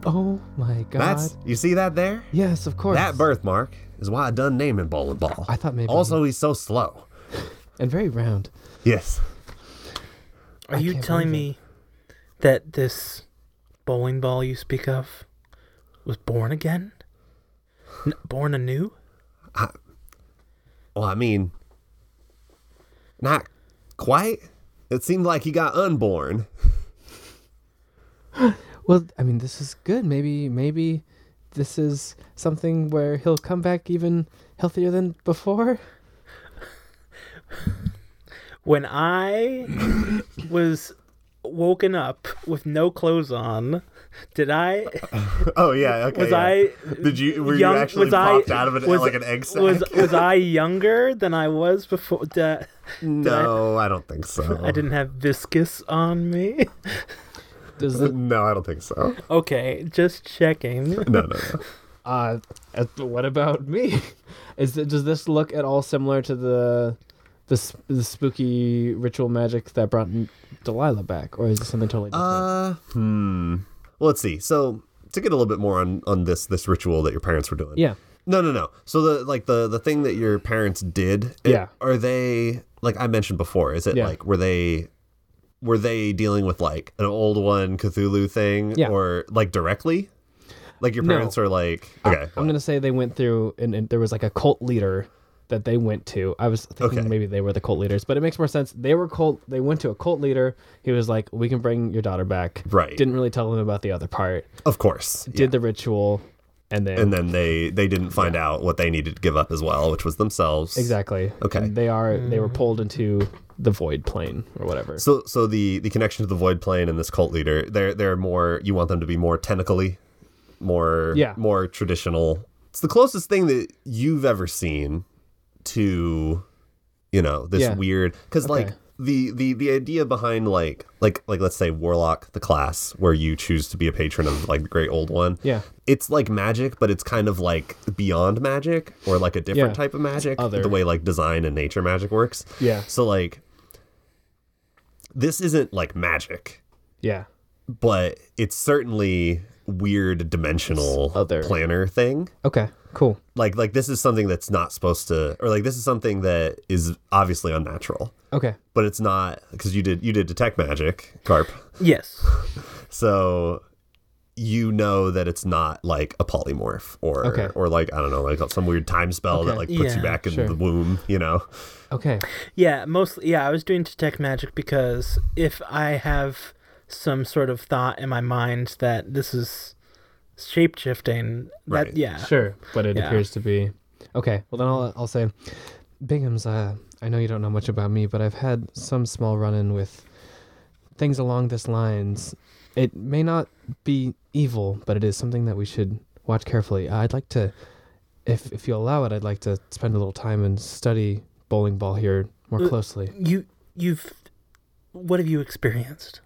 Oh my god.
that's you see that there
yes, of course.
that birthmark is why i done naming bowling ball
I thought maybe-
also he's so slow
and very round.
yes
Are
I
you
can't
telling
believe
me that this bowling ball you speak of was born again? N- born anew?
Well, I mean, not quite. It seemed like he got unborn.
Well, I mean, this is good. Maybe, maybe this is something where he'll come back even healthier than before.
When I was woken up with no clothes on, did I
Oh yeah, okay.
was
yeah.
I
Did you were
young-
you actually
was I-
popped out of an,
was-
like an egg sack?
was was I younger than I was before that
no, I don't think so.
I didn't have viscous on me?
Does the,
No, I don't think so.
Okay, just checking.
No, no, no.
uh, uh, what about me? Is it, does this look at all similar to the the, s- the spooky ritual magic that brought m- Delilah back, or is it something totally different?
Uh, hmm. Well, let's see. So to get a little bit more on on this this ritual that your parents were doing.
yeah,
No, no, no. So the like the the thing that your parents did. it-
Yeah.
Are they like I mentioned before? Is it
Yeah.
like were they were they dealing with like an old one Cthulhu thing
Yeah.
or like directly? Like your
No.
parents are like okay.
I'm gonna say they went through, and, and there was like a cult leader that they went to. I was thinking
Okay.
maybe they were the cult leaders, but it makes more sense. They were cult. They went to a cult leader. He was like, "We can bring your daughter back."
Right.
Didn't really tell them about the other part.
of course.
Did the ritual, and then,
And then they they didn't find out what they needed to give up as well, which was themselves.
exactly.
Okay.
And they are. They were pulled into the void plane or whatever.
So so the the connection to the void plane and this cult leader, they're they're more you want them to be more tentacly, more
Yeah.
more traditional. It's the closest thing that you've ever seen to you know, this
Yeah.
weird cuz like
Okay.
the, the the idea behind like like like let's say warlock the class where you choose to be a patron of like the great old one
Yeah.
it's like magic but it's kind of like beyond magic or like a different
Yeah.
type of magic
other.
the way like design and nature magic works
Yeah.
so like this isn't like magic,
Yeah.
but it's certainly weird dimensional
Other.
planar thing.
Okay. Cool.
Like like this is something that's not supposed to or like this is something that is obviously unnatural,
Okay.
but it's not cuz you did you did detect magic, carp.
Yes.
So you know that it's not like a polymorph or
Okay.
or like I don't know, like some weird time spell that
Okay.
like puts you
Yeah,
back in
sure.
the womb, you know.
Okay.
Yeah, mostly. Yeah, I was doing detect magic because if I have some sort of thought in my mind that this is shape shifting,
Right.
that yeah,
Sure. But it
Yeah.
appears to be. Okay. Well, then I'll I'll say Bingham's, uh, I know you don't know much about me, but I've had some small run in with things along this lines. It may not be evil, but it is something that we should watch carefully. Uh, I'd like to, if, if you allow it, I'd like to spend a little time and study bowling ball here more
Uh,
closely.
You you've what have you experienced?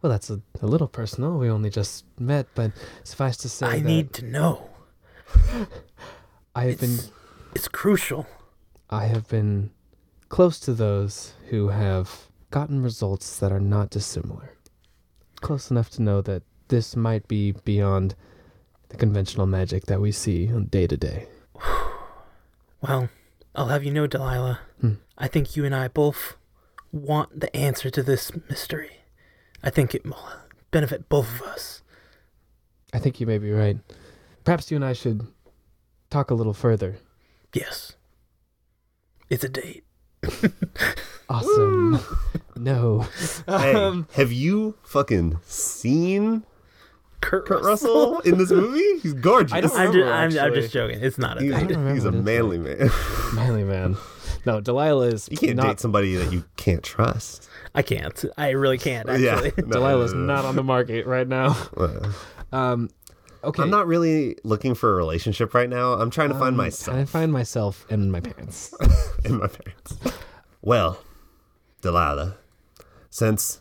Well, that's a, a little personal. We only just met, but suffice to say,
I
that
need to know.
I have been
It's, it's crucial.
I have been close to those who have gotten results that are not dissimilar. Close enough to know that this might be beyond the conventional magic that we see on day to day.
Well, I'll have you know, Delilah.
Hmm.
I think you and I both want the answer to this mystery. I think it will benefit both of us.
I think you may be right. Perhaps you and I should talk a little further.
Yes. It's a date.
Awesome. no. Um,
Hey, have you fucking seen
Kurt,
Kurt Russell in this movie? He's gorgeous.
I don't
I'm,
remember,
just, I'm, I'm
actually.
just joking. It's not a
He's,
I don't
date.
remember
he's a
what it's
manly man.
Manly man. No, Delilah is
You can't
not
date somebody that you can't trust.
I can't. I really can't, actually.
Yeah, no,
Delilah's
no, no, no.
not on the market right now.
Uh,
Um okay.
I'm not really looking for a relationship right now. I'm trying to find myself
Um, I find myself and my parents.
and my parents. Well, Delilah, since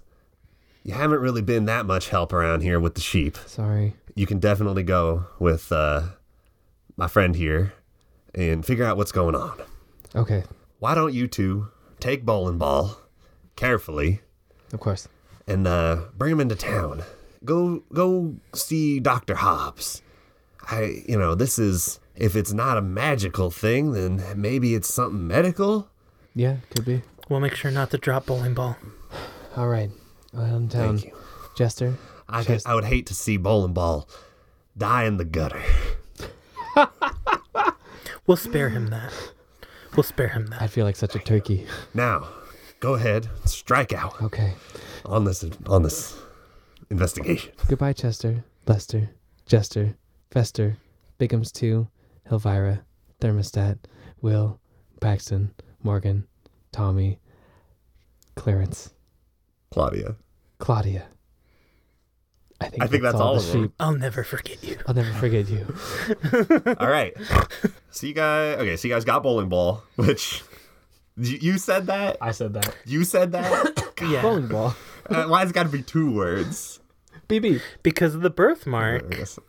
you haven't really been that much help around here with the sheep,
Sorry.
you can definitely go with uh, my friend here and figure out what's going on.
Okay,
Why don't you two take bowling ball carefully
of course.
and uh, bring him into town? Go go see Doctor Hobbs. I you know this is if it's not a magical thing, then maybe it's something medical.
Yeah, could be.
We'll make sure not to drop bowling ball.
All right. I'm down.
Thank you.
Jester.
Um, I,
Just-
I would hate to see bowling ball die in the gutter.
We'll spare him that. We'll spare him that.
I feel like such a turkey.
Now, go ahead, strike out
Okay.
on this on this investigation.
Goodbye, Chester, Lester, Jester, Fester, Bigums 2, Elvira, Thermostat, Will, Paxton, Morgan, Tommy, Clarence,
Claudia.
Claudia. I think,
I think that's all
the
of them.
sheep.
I'll never forget you.
I'll never forget you.
All right. So you guys, okay. So you guys got bowling ball, which you, you said that.
I said that.
You said that.
Yeah.
Bowling ball.
Uh, why it's got to be two words?
BB.
because of the
I
birthmark.
guess.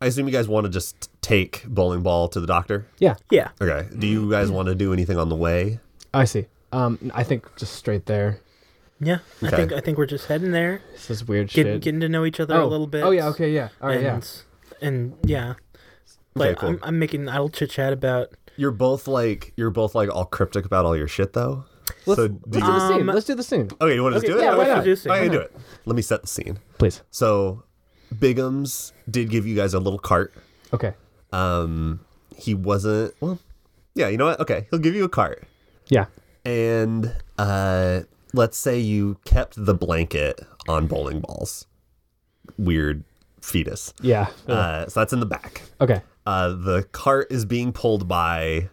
I assume you guys want to just take bowling ball to the doctor.
Yeah.
Yeah.
Okay. Do you guys want to do anything on the way?
I see. Um, I think just straight there.
Yeah. I
Okay.
think I think we're just heading there,
This is weird
getting
shit.
getting to know each other
oh.
a little bit.
Oh yeah. Okay. Yeah. All right.
and,
Yeah.
And yeah. Like
cool.
I'm, I'm making idle chit chat about
You're both like you're both like all cryptic about all your shit though.
Let's,
so
let's
do
do
you,
the scene.
Um,
Let's do the scene,
okay, you want to
okay,
do it?
yeah,
okay.
why not?
Let's do
Okay,
it.
do it. Let me set the scene.
please.
So, Bigums did give you guys a little cart.
Okay.
Um, he wasn't. Well, yeah. You know what? Okay, he'll give you a cart.
Yeah.
and uh, let's say you kept the blanket on bowling balls. Weird fetus.
Yeah.
Uh, so that's in the back.
okay.
Uh, the cart is being pulled by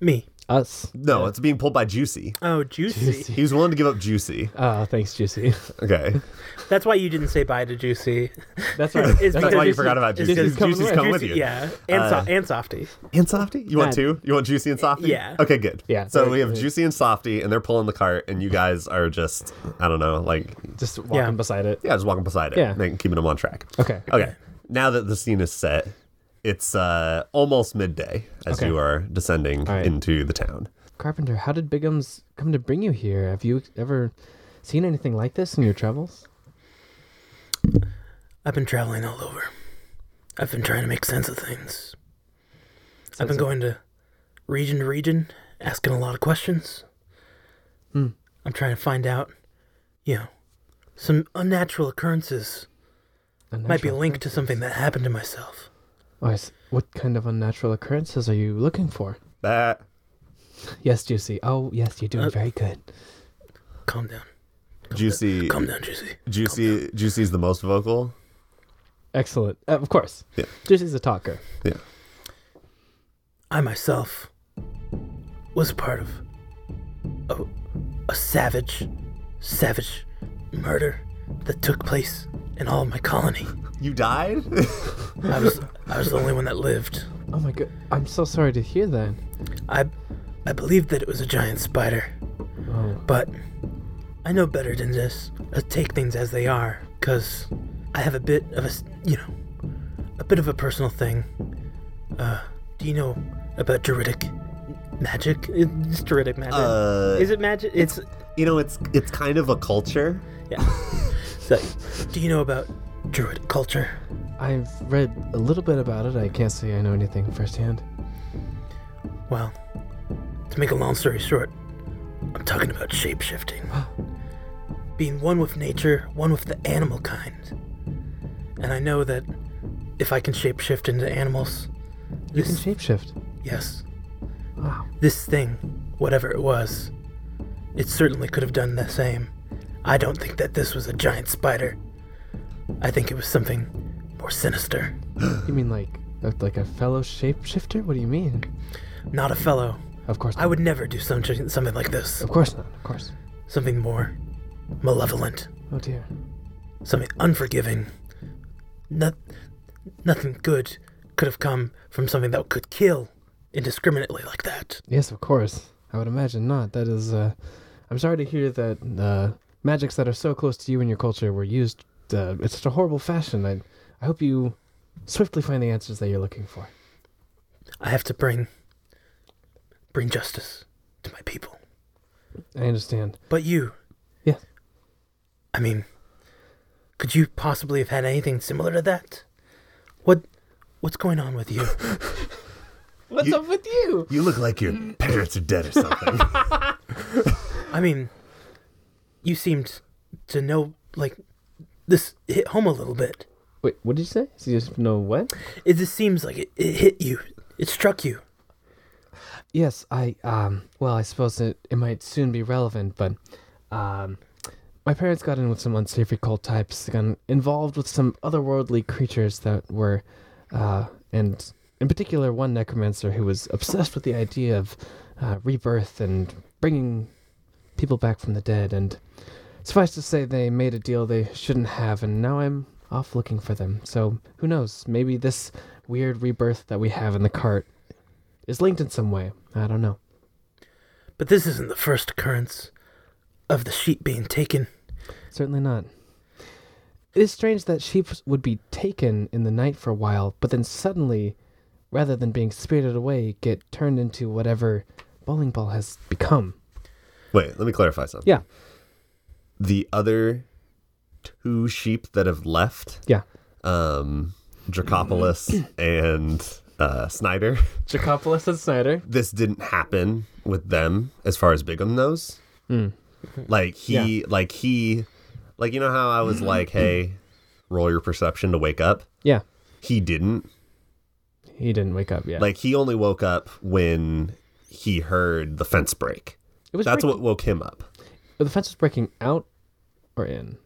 me.
Us.
no, it's being pulled by Juicy.
Oh, juicy.
He was willing to give up Juicy.
Uh, thanks, Juicy.
Okay,
That's why you didn't say bye to juicy.
That's right.
that's
That's
It's
why
right.
you
Juicy-
forgot about
it's
Juicy.
because
Juicy's coming,
Uh, Juicy's
with you.
Yeah, and so- and softy.
And Softy, you want
Nah.
two? You want Juicy and Softy?
Yeah.
Okay, good.
Yeah.
So we have Juicy and Softy, and they're pulling the cart, and you guys are just I don't know, like
Just walking
Yeah.
beside it.
yeah, just walking beside it,
Yeah.
and keeping them on track.
Okay.
Okay. Now that the scene is set, it's uh, almost midday as
Okay.
you are descending
All right.
into the town.
Carpenter, how did Bigums come to bring you here? Have you ever seen anything like this in your travels?
I've been traveling all over. I've been trying to make sense of things. I've been going to region to region, asking a lot of questions. I'm trying to find out, you know, some unnatural occurrences might be
Unnatural
linked to something that happened to myself.
occurrences. Oh, I see. What kind of unnatural occurrences are you looking for?
That
Yes, Juicy. Oh, yes, you're doing
Uh,
very good.
Calm down.
juicy,
Calm down, Juicy.
juicy, juicy's the most vocal.
Excellent. Uh, of course.
Yeah.
Juicy's a talker.
Yeah.
I myself was part of a, a savage, savage murder that took place in all of my colony.
You died?
I was I was the only one that lived.
Oh my god, I'm so sorry to hear that.
I I believed that it was a giant spider,
Oh,
but I know better than this. I take things as they are, cause I have a bit of a s- you know a bit of a personal thing. Uh, do you know about druidic magic? It's druidic magic.
Uh,
Is it magic? It's
you know, it's it's kind of a culture.
So, do you know about druid culture?
I've read a little bit about it. I can't say I know anything firsthand.
Well, to make a long story short, I'm talking about shapeshifting. Being one with nature, one with the animal kind. And I know that if I can shapeshift into animals,
You can
this-
shapeshift.
yes,
Wow.
this thing, whatever it was, it certainly could have done the same. I don't think that this was a giant spider. I think it was something more sinister.
You mean like a, like a fellow shapeshifter? What do you mean?
Not a fellow.
Of course not.
I would never do something something like this.
Of course not. Of course.
Something more malevolent,
Oh dear.
something unforgiving. Not, nothing good could have come from something that could kill indiscriminately like that.
Yes, of course. I would imagine not. That is. Uh, I'm sorry to hear that uh, magics that are so close to you and your culture were used uh, in such a horrible fashion. I, I hope you swiftly find the answers that you're looking for.
I have to bring bring justice to my people.
I understand.
But you,
Yes.
I mean, could you possibly have had anything similar to that? What what's going on with you?
What's
You-
up with you?
You look like your parents are dead or something.
I mean, you seemed to know like this hit home a little bit.
Wait, what did you say? So you just know what?
It just seems like it, it hit you. It struck you.
Yes, I um well I suppose it, it might soon be relevant, but um my parents got in with some unsavory cult types, got involved with some otherworldly creatures that were uh and in particular one necromancer who was obsessed with the idea of uh, rebirth and bringing people back from the dead and suffice to say they made a deal they shouldn't have and now I'm off looking for them. So who knows, maybe this weird rebirth that we have in the cart is linked in some way. I don't know.
But this isn't the first occurrence of the sheep being taken.
Certainly not. It is strange that sheep would be taken in the night for a while, but then suddenly, rather than being spirited away, get turned into whatever bowling ball has become.
Wait, let me clarify something.
Yeah.
The other two sheep that have left,
Yeah.
um, Dracopolis and uh, Snyder,
Jacopolis and Snyder.
this didn't happen with them as far as Bigham knows.
Hmm.
Like he, like he, like you know how I was like, hey, roll your perception to wake up.
Yeah.
He didn't.
He didn't wake up yet.
Like he only woke up when he heard the fence break.
it was
That's
breaking-
what woke him up.
the fence was breaking out or in.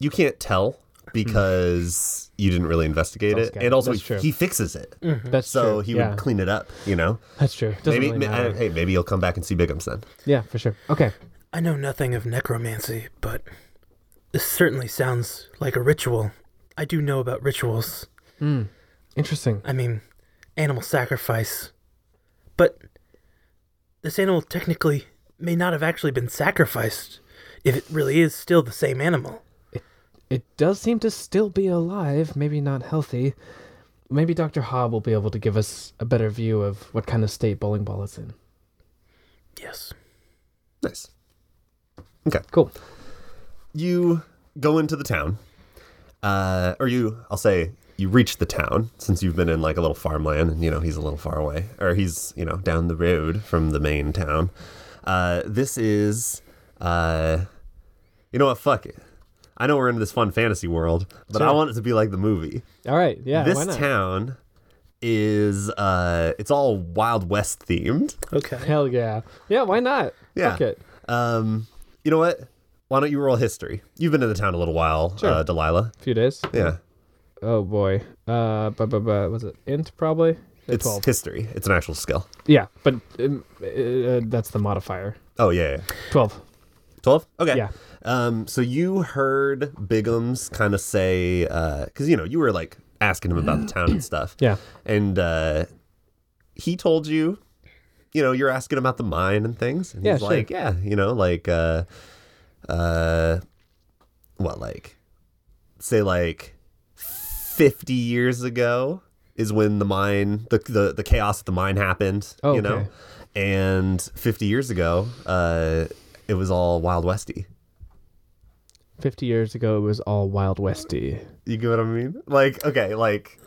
You can't tell because you didn't really investigate
That's
it,
okay.
and also
That's true.
he fixes it,
That's
so
true.
he
yeah.
would clean it up. You know,
That's true. Mm-hmm. Doesn't
maybe
really
ma-
matter.
I- hey, maybe he'll come back and see Bigums then.
yeah, for sure. Okay.
I know nothing of necromancy, but this certainly sounds like a ritual. I do know about rituals.
Interesting.
I mean, animal sacrifice. But this animal technically may not have actually been sacrificed if it really is still the same animal.
It does seem to still be alive, maybe not healthy. Maybe Dr. Hobb will be able to give us a better view of what kind of state Bowling Ball is in.
Yes.
Nice.
Cool.
You go into the town, uh, or you, I'll say, you reach the town since you've been in like a little farmland, and you know he's a little far away, or he's you know down the road from the main town. Uh, this is, uh, you know what? Fuck it. I know we're in this fun fantasy world, but I
Sure.
want it to be like the movie.
All right. Yeah. why
this
not?
town is uh it's all wild west themed
Okay.
Hell yeah. Yeah. Why not?
Yeah.
Fuck it.
um you know what why don't you roll history you've been in the town a little while
Sure.
uh, delilah
A few days.
yeah
Oh boy. Uh, but but but was it int probably? a
It's
12.
history. It's an actual skill.
Yeah, but um, uh, that's the modifier.
Oh yeah, yeah.
12.
12 okay
Yeah.
um so you heard biggums kind of say because you know you were like asking him about the town and stuff
Yeah.
and uh he told you you know you're asking him about the mine and things and
Yeah,
he's
sure.
like yeah you know like uh uh what like say like 50 years ago is when the mine the the, the chaos at the mine happened
Oh,
you know
okay.
and 50 years ago uh it was all wild westy
50 years ago, it was all Wild Westy.
you get what i mean like okay like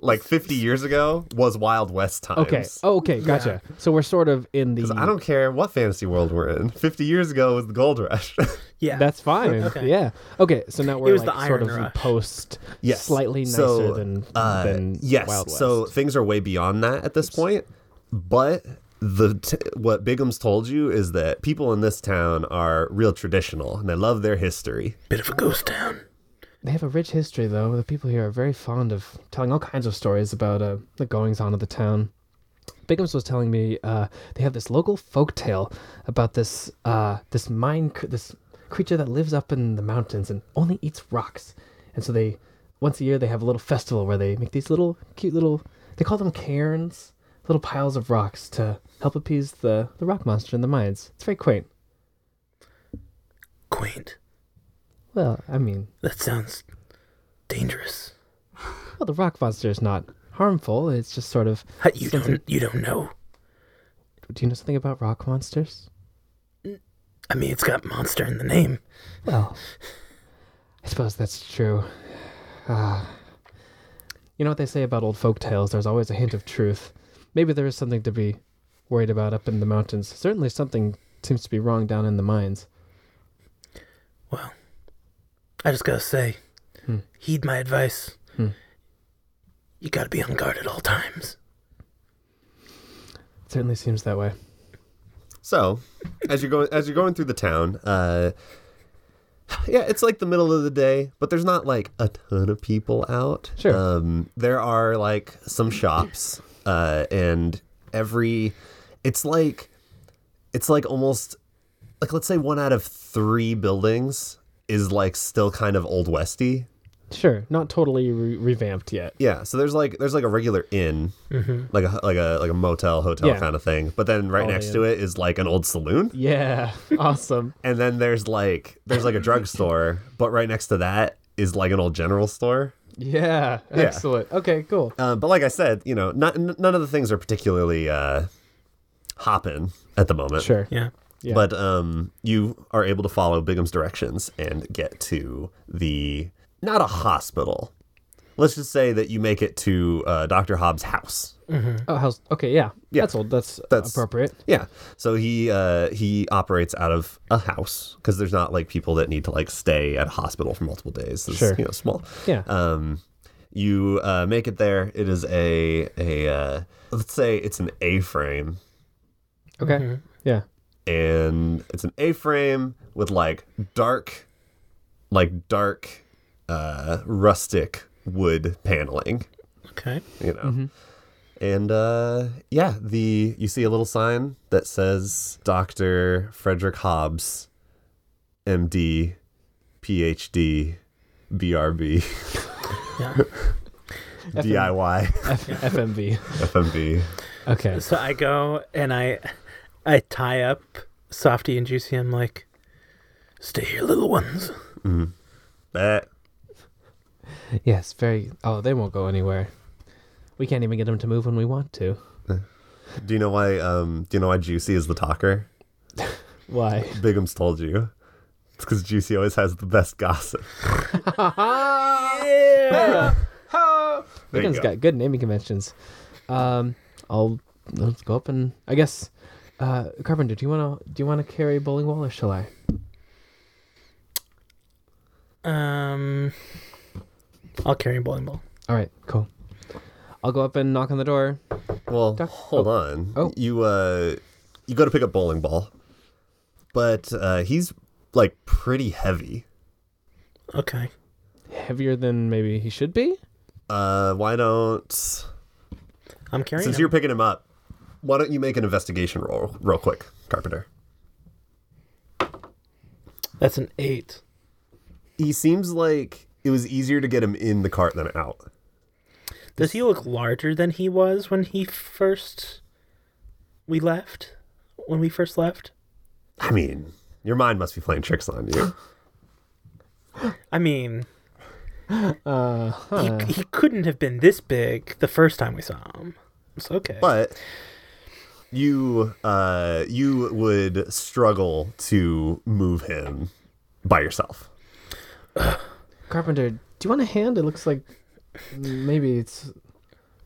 like 50 years ago was wild west times
Okay. Oh, okay. Gotcha. So we're sort of in the.
I don't care what fantasy world we're in. 50 years ago was the gold rush.
Yeah.
That's fine.
Okay.
Yeah. Okay. So now we're
was
like
the
sort of
Iron Rush.
post
yes.
slightly nicer
So,
than,
uh,
than
yes.
Wild West.
So things are way beyond that at this point. But the t- what Bigums told you is that people in this town are real traditional and they love their history.
Bit of a ghost town.
they have a rich history, though. The people here are very fond of telling all kinds of stories about uh, the goings on of the town. Bigums was telling me uh, they have this local folktale about this uh, this mine cr- this creature that lives up in the mountains and only eats rocks. And so they once a year they have a little festival where they make these little cute little they call them cairns, little piles of rocks to help appease the the rock monster in the mines. It's very quaint.
Quaint.
Well, I mean,
That sounds dangerous.
well the rock monster is not harmful. It's just sort of
Huh, You don't. You don't know.
Do you know something about rock monsters?
I mean, it's got monster in the name.
Well, I suppose that's true. Ah. you know what they say about old folk tales? There's always a hint of truth. Maybe there is something to be worried about up in the mountains. Certainly, something seems to be wrong down in the mines.
Well, I just gotta say,
Hmm.
heed my advice.
Hmm.
You gotta be on guard at all times.
It certainly seems that way.
So, as you're going as you're going through the town, uh, yeah, it's like the middle of the day, but there's not like a ton of people out.
Sure.
Um, there are like some shops, uh, and every, it's like, it's like almost, like let's say one out of three buildings is like still kind of old westy.
Sure, not totally re- revamped yet.
Yeah, so there's like there's like a regular inn, like a like a like a motel hotel
Mm-hmm. Yeah.
kind of thing, but then right
All
next
in.
to it is like an old saloon.
Yeah, awesome.
and then there's like there's like a drugstore, but right next to that is like an old general store.
Yeah, excellent. Okay, cool.
Uh, but like I said, you know, not, n- none of the things are particularly uh, hopping at the moment.
Sure.
Yeah.
yeah.
But um, you are able to follow Bigum's directions and get to the not a hospital. Let's just say that you make it to uh, Doctor Hobbs' house.
Oh, how's okay? Yeah,
Yeah.
that's old. That's,
That's-
appropriate.
Yeah. So he uh, he operates out of a house because there's not like people that need to like stay at a hospital for multiple days. It's,
Sure.
You know, small.
Yeah.
Um, you uh, make it there. It is a a uh, let's say it's an A-frame,
Okay. Yeah.
and it's an A-frame with like dark, like dark, uh, rustic wood paneling.
Okay.
You know. And uh, yeah, the you see a little sign that says Doctor Frederick Hobbs, M.D., Ph.D., B.R.B.,
Yeah.
D.I.Y.,
F- FMV.
F.M.B.
Okay.
So I go and I, I tie up Softy and Juicy. I'm like, stay here, little ones.
Mm-hmm. That
Yes, very. Oh, they won't go anywhere. We can't even get them to move when we want to.
do you know why? Um, do you know why Juicy is the talker?
Why?
Bigum's told you. It's because Juicy always has the best gossip. There you
Wigan's
go.
got good naming conventions. Um, I'll let's go up and I guess, uh, Carpenter, do you wanna do you wanna carry bowling wall or shall I?
Um, I'll carry a bowling ball.
All right, cool. I'll go up and knock on the door.
Well,
Doc-
hold
oh.
on.
Oh.
You uh you go to pick up bowling ball. But uh he's like pretty heavy.
Okay.
Heavier than maybe he should be.
Uh why don't
I'm carrying.
Since
him.
you're picking him up, why don't you make an investigation roll real quick, Carpenter?
That's an eight.
He seems like it was easier to get him in the cart than out.
Does he look larger than he was when he first we left? When we first left?
I mean, your mind must be playing tricks on you.
I mean,
Uh,
he,
huh.
he couldn't have been this big the first time we saw him. It's okay.
but you uh you would struggle to move him by yourself
Carpenter, do you want a hand? It looks like maybe it's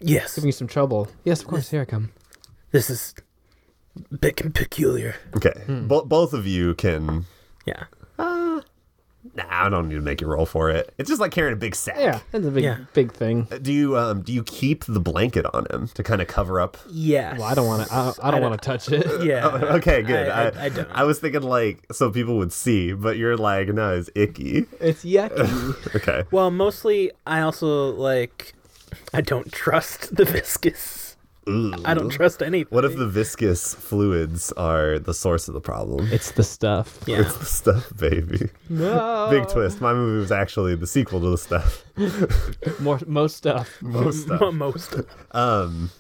yes,
giving you some trouble. Yes, of course. Here I come.
this is a bit peculiar.
okay
Hmm.
Bo- both of you can
Yeah.
nah, i don't need to make you roll for it it's just like carrying a big sack
Yeah, that's a big,
Yeah.
big thing.
do you um do you keep the blanket on him to kind of cover up
Yes.
Well, I don't want to. I, I don't want to touch it.
Yeah.
Oh, okay good
I, I, I don't.
I was thinking like so people would see but you're like no it's icky
It's yucky.
okay
well, mostly I also like I don't trust the viscous. I don't trust anything.
what if the viscous fluids are the source of the problem
it's the stuff.
Yeah.
it's the stuff baby
No.
Oh.
Big twist. My movie was actually the sequel to the stuff.
More, most stuff.
Most stuff.
Well, most.
Um,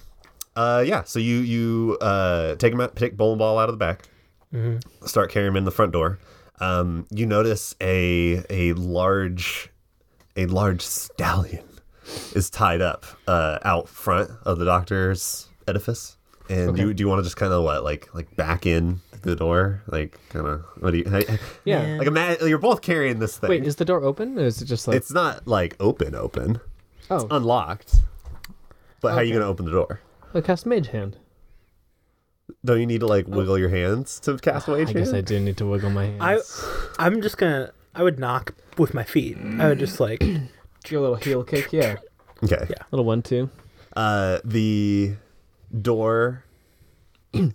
uh, yeah. So you you uh take him out, take bowling ball out of the back,
Mm-hmm.
start carrying him in the front door. Um, you notice a a large a large stallion is tied up uh out front of the doctor's edifice. And you, do you want to just kind of what like like back in the door like kind of what do you
Yeah.
Yeah.
like imagine you're both carrying this thing.
Wait, is the door open? Or is it just like?
it's not like open open.
oh,
unlocked. But how are you going to open the door?
I cast mage hand.
Don't you need to like wiggle your hands to cast
Oh. I
mage hand?
guess I do need to wiggle my
I
hands.
I'm just gonna I would knock with my feet. I would just like
Do a little heel kick. Yeah.
Okay.
Yeah.
Little one two.
Uh, the door. you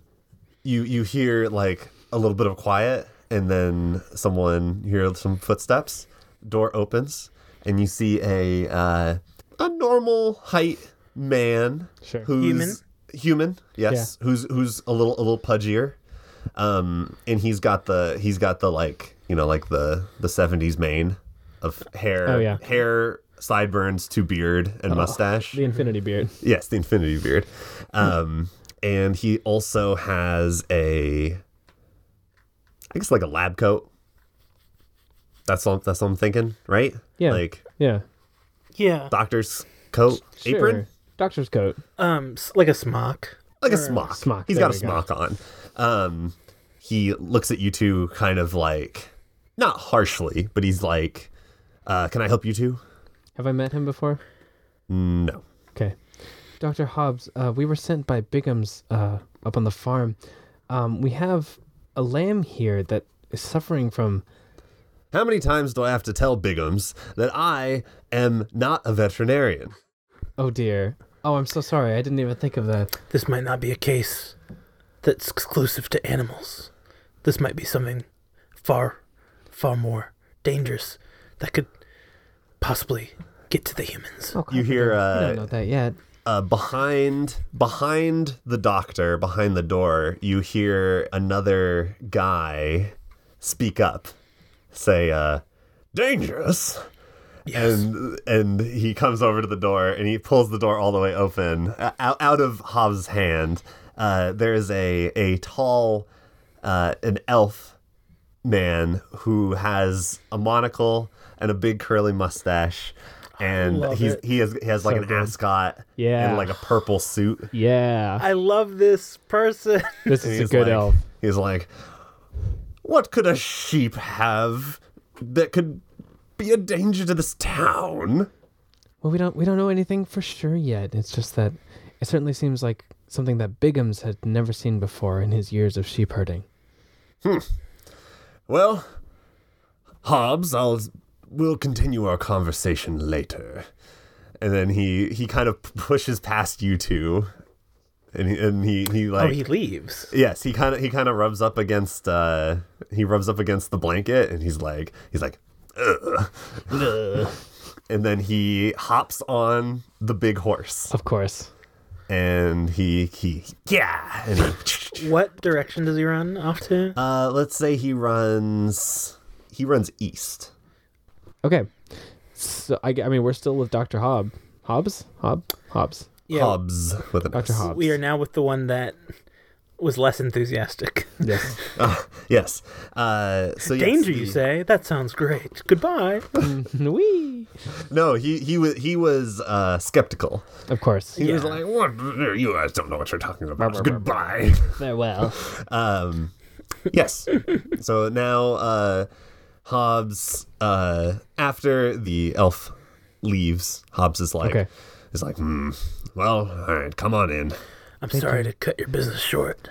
you hear like a little bit of quiet, and then someone you hear some footsteps. Door opens, and you see a uh, a normal height man
Sure.
who's
Human?
human yes who's who's a little a little pudgier um and he's got the he's got the like you know like the the 70s mane of hair
Oh, yeah. Oh,
hair sideburns to beard and mustache
The infinity beard.
yes the infinity beard
Hmm.
um and he also has a i guess like a lab coat that's all that's what i'm thinking right
Yeah.
like
Yeah.
yeah,
doctor's coat
Sure.
apron
Doctor's coat.
um s- like a smock.
like a smock.
smock,
He's
there
got a
we go.
smock on. Um, he looks at you two kind of like, not harshly, but he's like, uh, "Can I help you two?"
Have I met him before?
No.
Okay. Dr. Hobbs, uh, we were sent by Bigham's uh, up on the farm. Um, we have a lamb here that is suffering from.
How many times do I have to tell Bigums that I am not a veterinarian?
Oh dear. Oh, I'm so sorry. I didn't even think of that.
This might not be a case that's exclusive to animals. This might be something far far more dangerous that could possibly get to the humans.
Oh,
You hear,
Carpenter, we
uh,
don't know that yet.
Uh, behind, behind the doctor, behind the door, you hear another guy speak up, say, uh, "Dangerous."
Yes.
and and he comes over to the door and he pulls the door all the way open uh, out, out of Hobbs' hand. Uh, there is a a tall uh, an elf man who has a monocle and a big curly mustache, and
love
he's
it.
he has he has like
So
an
good.
ascot
Yeah.
and like a purple suit.
Yeah.
I love this person.
this
And
is a
he's
good
like-
elf.
He's like, what could a sheep have that could be a danger to this town?
Well, we don't we don't know anything for sure yet. It's just that it certainly seems like something that Bigham's had never seen before in his years of sheep herding.
Well, Hobbs, I'll we'll continue our conversation later. And then he he kind of p- pushes past you two, and he and he he
Oh,
like
he leaves.
yes he kind of he kind of rubs up against uh he rubs up against the blanket and he's like he's like Ugh. and then he hops on the big horse
Of course.
and he he yeah. And he,
What direction does he run off to?
uh, let's say he runs he runs east.
Okay. So I, g- I mean, we're still with Doctor Hobb. Hobbs, Hobb, Hobbs.
Yeah,
Hobbs with an
Dr.
S.
Hobbs.
we are now with the one that was less enthusiastic.
Yes.
Ah, yes. Uh, so yes,
Danger,
the-
you say? That sounds great. Goodbye.
Wee.
No, he he was he was uh, skeptical.
Of course.
He was
Yeah.
like, "What? You guys don't know what you're talking about." Goodbye.
Farewell.
Um, yes. so now uh, Hobbs, uh, after the elf leaves, Hobbs is like,
Okay.
is like, hmm, well, all right, come on in.
I'm sorry to cut your business short.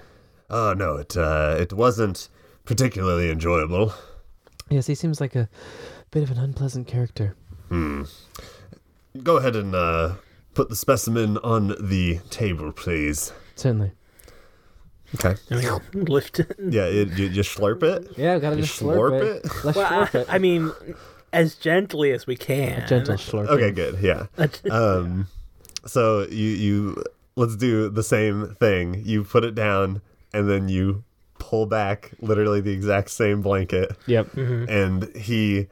Oh no, it uh, it wasn't particularly enjoyable.
Yes, he seems like a bit of an unpleasant character.
Go ahead and uh, put the specimen on the table, please.
Certainly.
Okay.
I mean, lift.
Yeah, it, you just slurp it.
Yeah, gotta
You
just
slurp
slurp, it.
it?
Let's
Well,
slurp
I,
it.
I mean, as gently as we can.
Gentle slurp.
Okay, good. Yeah. Um, so you you let's do the same thing. You put it down and then you pull back literally the exact same blanket,
Yep.
and he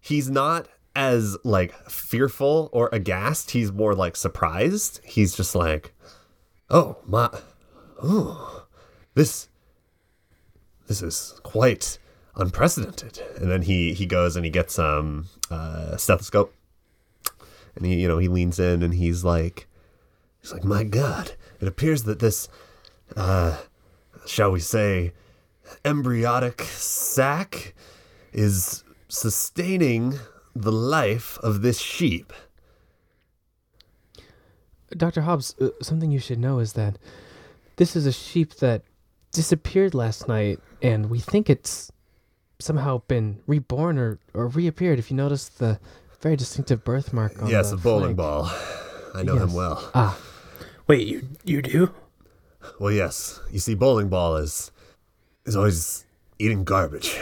he's not as like fearful or aghast. He's more like surprised. He's just like, oh my, oh, this this is quite unprecedented. And then he he goes and he gets um uh, stethoscope and he you know he leans in and he's like he's like my god it appears that this uh shall we say embryotic sac is sustaining the life of this sheep
Dr. Hobbs, uh, something you should know is that this is a sheep that disappeared last night, and we think it's somehow been reborn or, or reappeared. If you notice the very distinctive birthmark on
yes
the
a bowling
flank.
ball i know him
Oh, Yes.
well
Ah,
Wait, you you do?
well yes you see bowling ball is is always eating garbage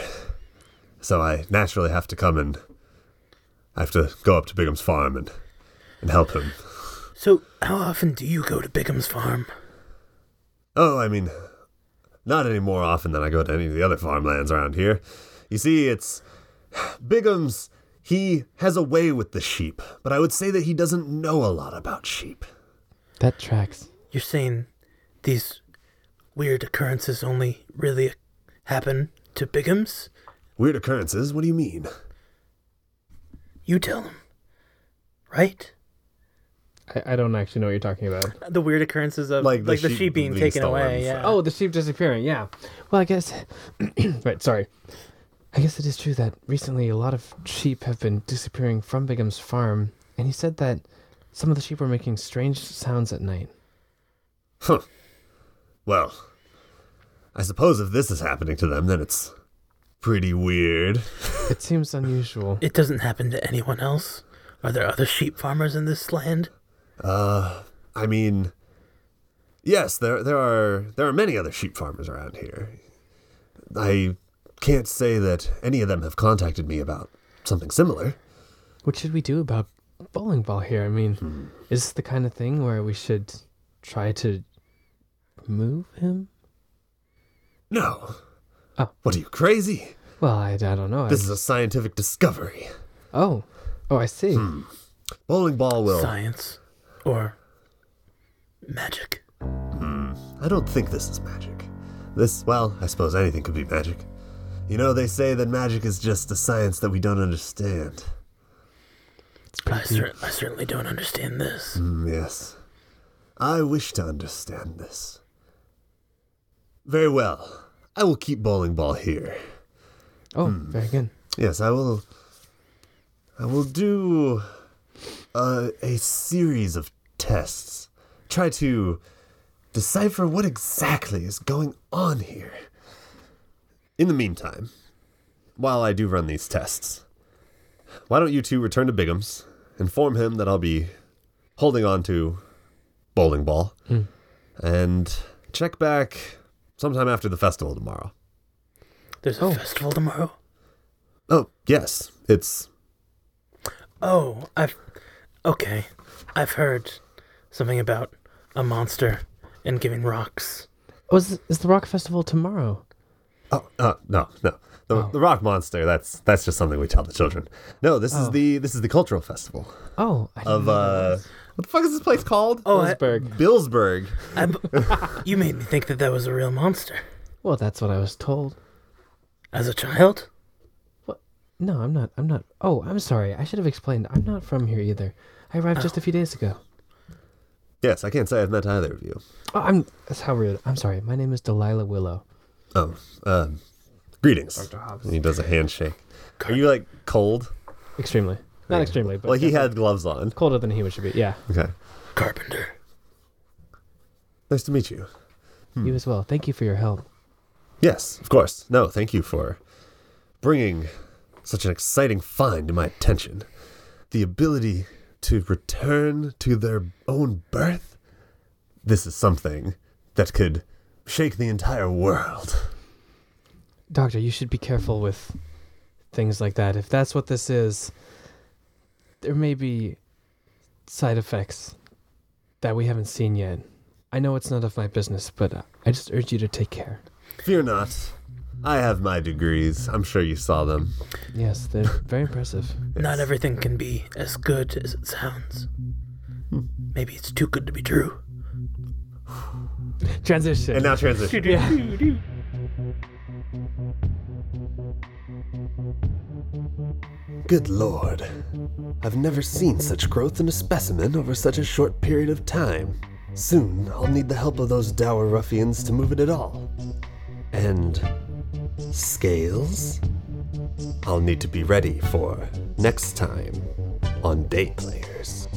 so i naturally have to come and i have to go up to bigham's farm and and help him
So, how often do you go to Bigham's farm?
Oh, I mean, not any more often than I go to any of the other farmlands around here. You see, it's. Bigums, he has a way with the sheep, but I would say that he doesn't know a lot about sheep.
that tracks.
You're saying these weird occurrences only really happen to Bigham's?
Weird occurrences, what do you mean?
You tell him, right?
I, I don't actually know what you're talking about.
The weird occurrences of
Like
like
the
the,
sheep
sheep, being
being
taken away.
stolen,
Yeah.
Oh, the sheep disappearing. Yeah. Well, I guess. right. Sorry. I guess it is true that recently a lot of sheep have been disappearing from Bigham's farm, and he said that some of the sheep were making strange sounds at night.
Huh. Well, I suppose if this is happening to them, then it's pretty weird.
It seems unusual.
It doesn't happen to anyone else. Are there other sheep farmers in this land?
Uh, I mean, yes, there there are there are many other sheep farmers around here. I can't say that any of them have contacted me about something similar.
What should we do about bowling ball here? I mean,
Hmm.
is this the kind of thing where we should try to move him?
No.
Oh.
What are you crazy?
Well, I, I don't know. I-
This is a scientific discovery.
oh, oh, I see.
Hmm. Bowling ball will.
Science or magic?
I don't think this is magic. This, well, I suppose anything could be magic. You know, they say that magic is just a science that we don't understand.
I, cer- I certainly don't understand this.
Mm, yes. I wish to understand this. Very well. I will keep bowling ball here.
Oh,
Hmm.
very good.
Yes, I will. I will do a, a series of tests. Try to decipher what exactly is going on here. In the meantime, while I do run these tests, why don't you two return to Bigham's, inform him that I'll be holding on to bowling ball, and check back sometime after the festival tomorrow.
There's a festival tomorrow.
Oh, yes, it's
Oh, I've okay. I've heard something about a monster and giving rocks.
Oh, is, is the rock festival tomorrow?
Oh uh, no, no. The,
Oh.
the rock monster. That's that's just something we tell the children. No, this is
Oh.
the this is the cultural festival
Oh, I didn't
of
know
uh,
that was.
what the fuck is this place called?
Oh, I,
Billsburg.
Billsburg.
I- you made me think that that was a real monster.
Well, that's what I was told.
As a child,
What? No, I'm not. I'm not. Oh, I'm sorry. I should have explained. I'm not from here either. I arrived just a few days ago.
Yes, I can't say I've met either of you.
Oh, I'm. That's how rude. I'm sorry. My name is Delilah Willow.
Oh, um, greetings. And he does a handshake. Are you like cold?
Extremely. Not extremely, but
Like he had gloves on.
colder than a human should be. Yeah,
Okay.
carpenter.
Nice to meet you. Hmm.
you as well. Thank you for your help.
Yes, of course. No, thank you for bringing such an exciting find to my attention. The ability to return to their own birth? This is something that could shake the entire world.
Doctor, you should be careful with things like that. If that's what this is, there may be side effects that we haven't seen yet. I know it's none of my business, but uh, I just urge you to take care.
Fear not. I have my degrees. I'm sure you saw them.
Yes, they're very impressive.
Not everything can be as good as it sounds. Maybe it's too good to be true.
Transition.
And now transition. Good lord. I've never seen such growth in a specimen over such a short period of time. Soon, I'll need the help of those dour ruffians to move it at all. And. scales? I'll need to be ready for next time on Day Players.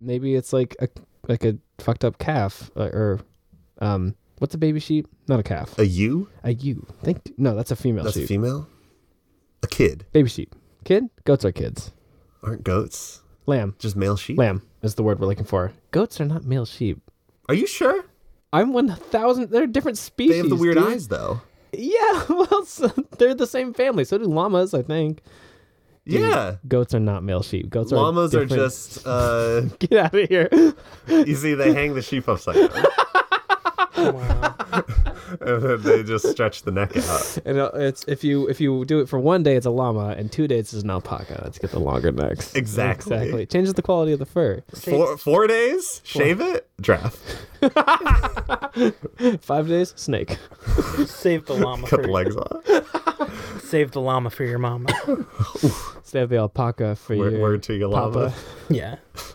Maybe it's like a like a fucked up calf uh, or um what's a baby sheep? Not a calf.
A you?
A ewe. Think no, that's a female
That's
sheep.
a female? A kid?
baby sheep. Kid? Goats are kids.
Aren't goats
Lamb.
just male sheep?
Lamb is the word we're looking for. Goats are not male sheep.
Are you sure?
I'm one thousand. They're a different species.
They have the weird
dude.
eyes, though.
Yeah, well, so they're the same family. So do llamas, I think.
Yeah.
Goats are not male sheep. Goats
Llamas
are
are
different-
just uh
get out of here.
you see they hang the sheep upside down
Wow.
and then they just stretch the neck out.
And uh, it's if you if you do it for one day, it's a llama, and two days is an alpaca. Let's get the longer necks.
Exactly.
Exactly. It changes the quality of the fur.
Four four days? Shave it? Draft.
Five days, snake.
Save the llama
Cut
for
the
your,
legs off.
save the llama for your mama.
Save the alpaca for
Word,
your
word to your llama.
papa.
yeah.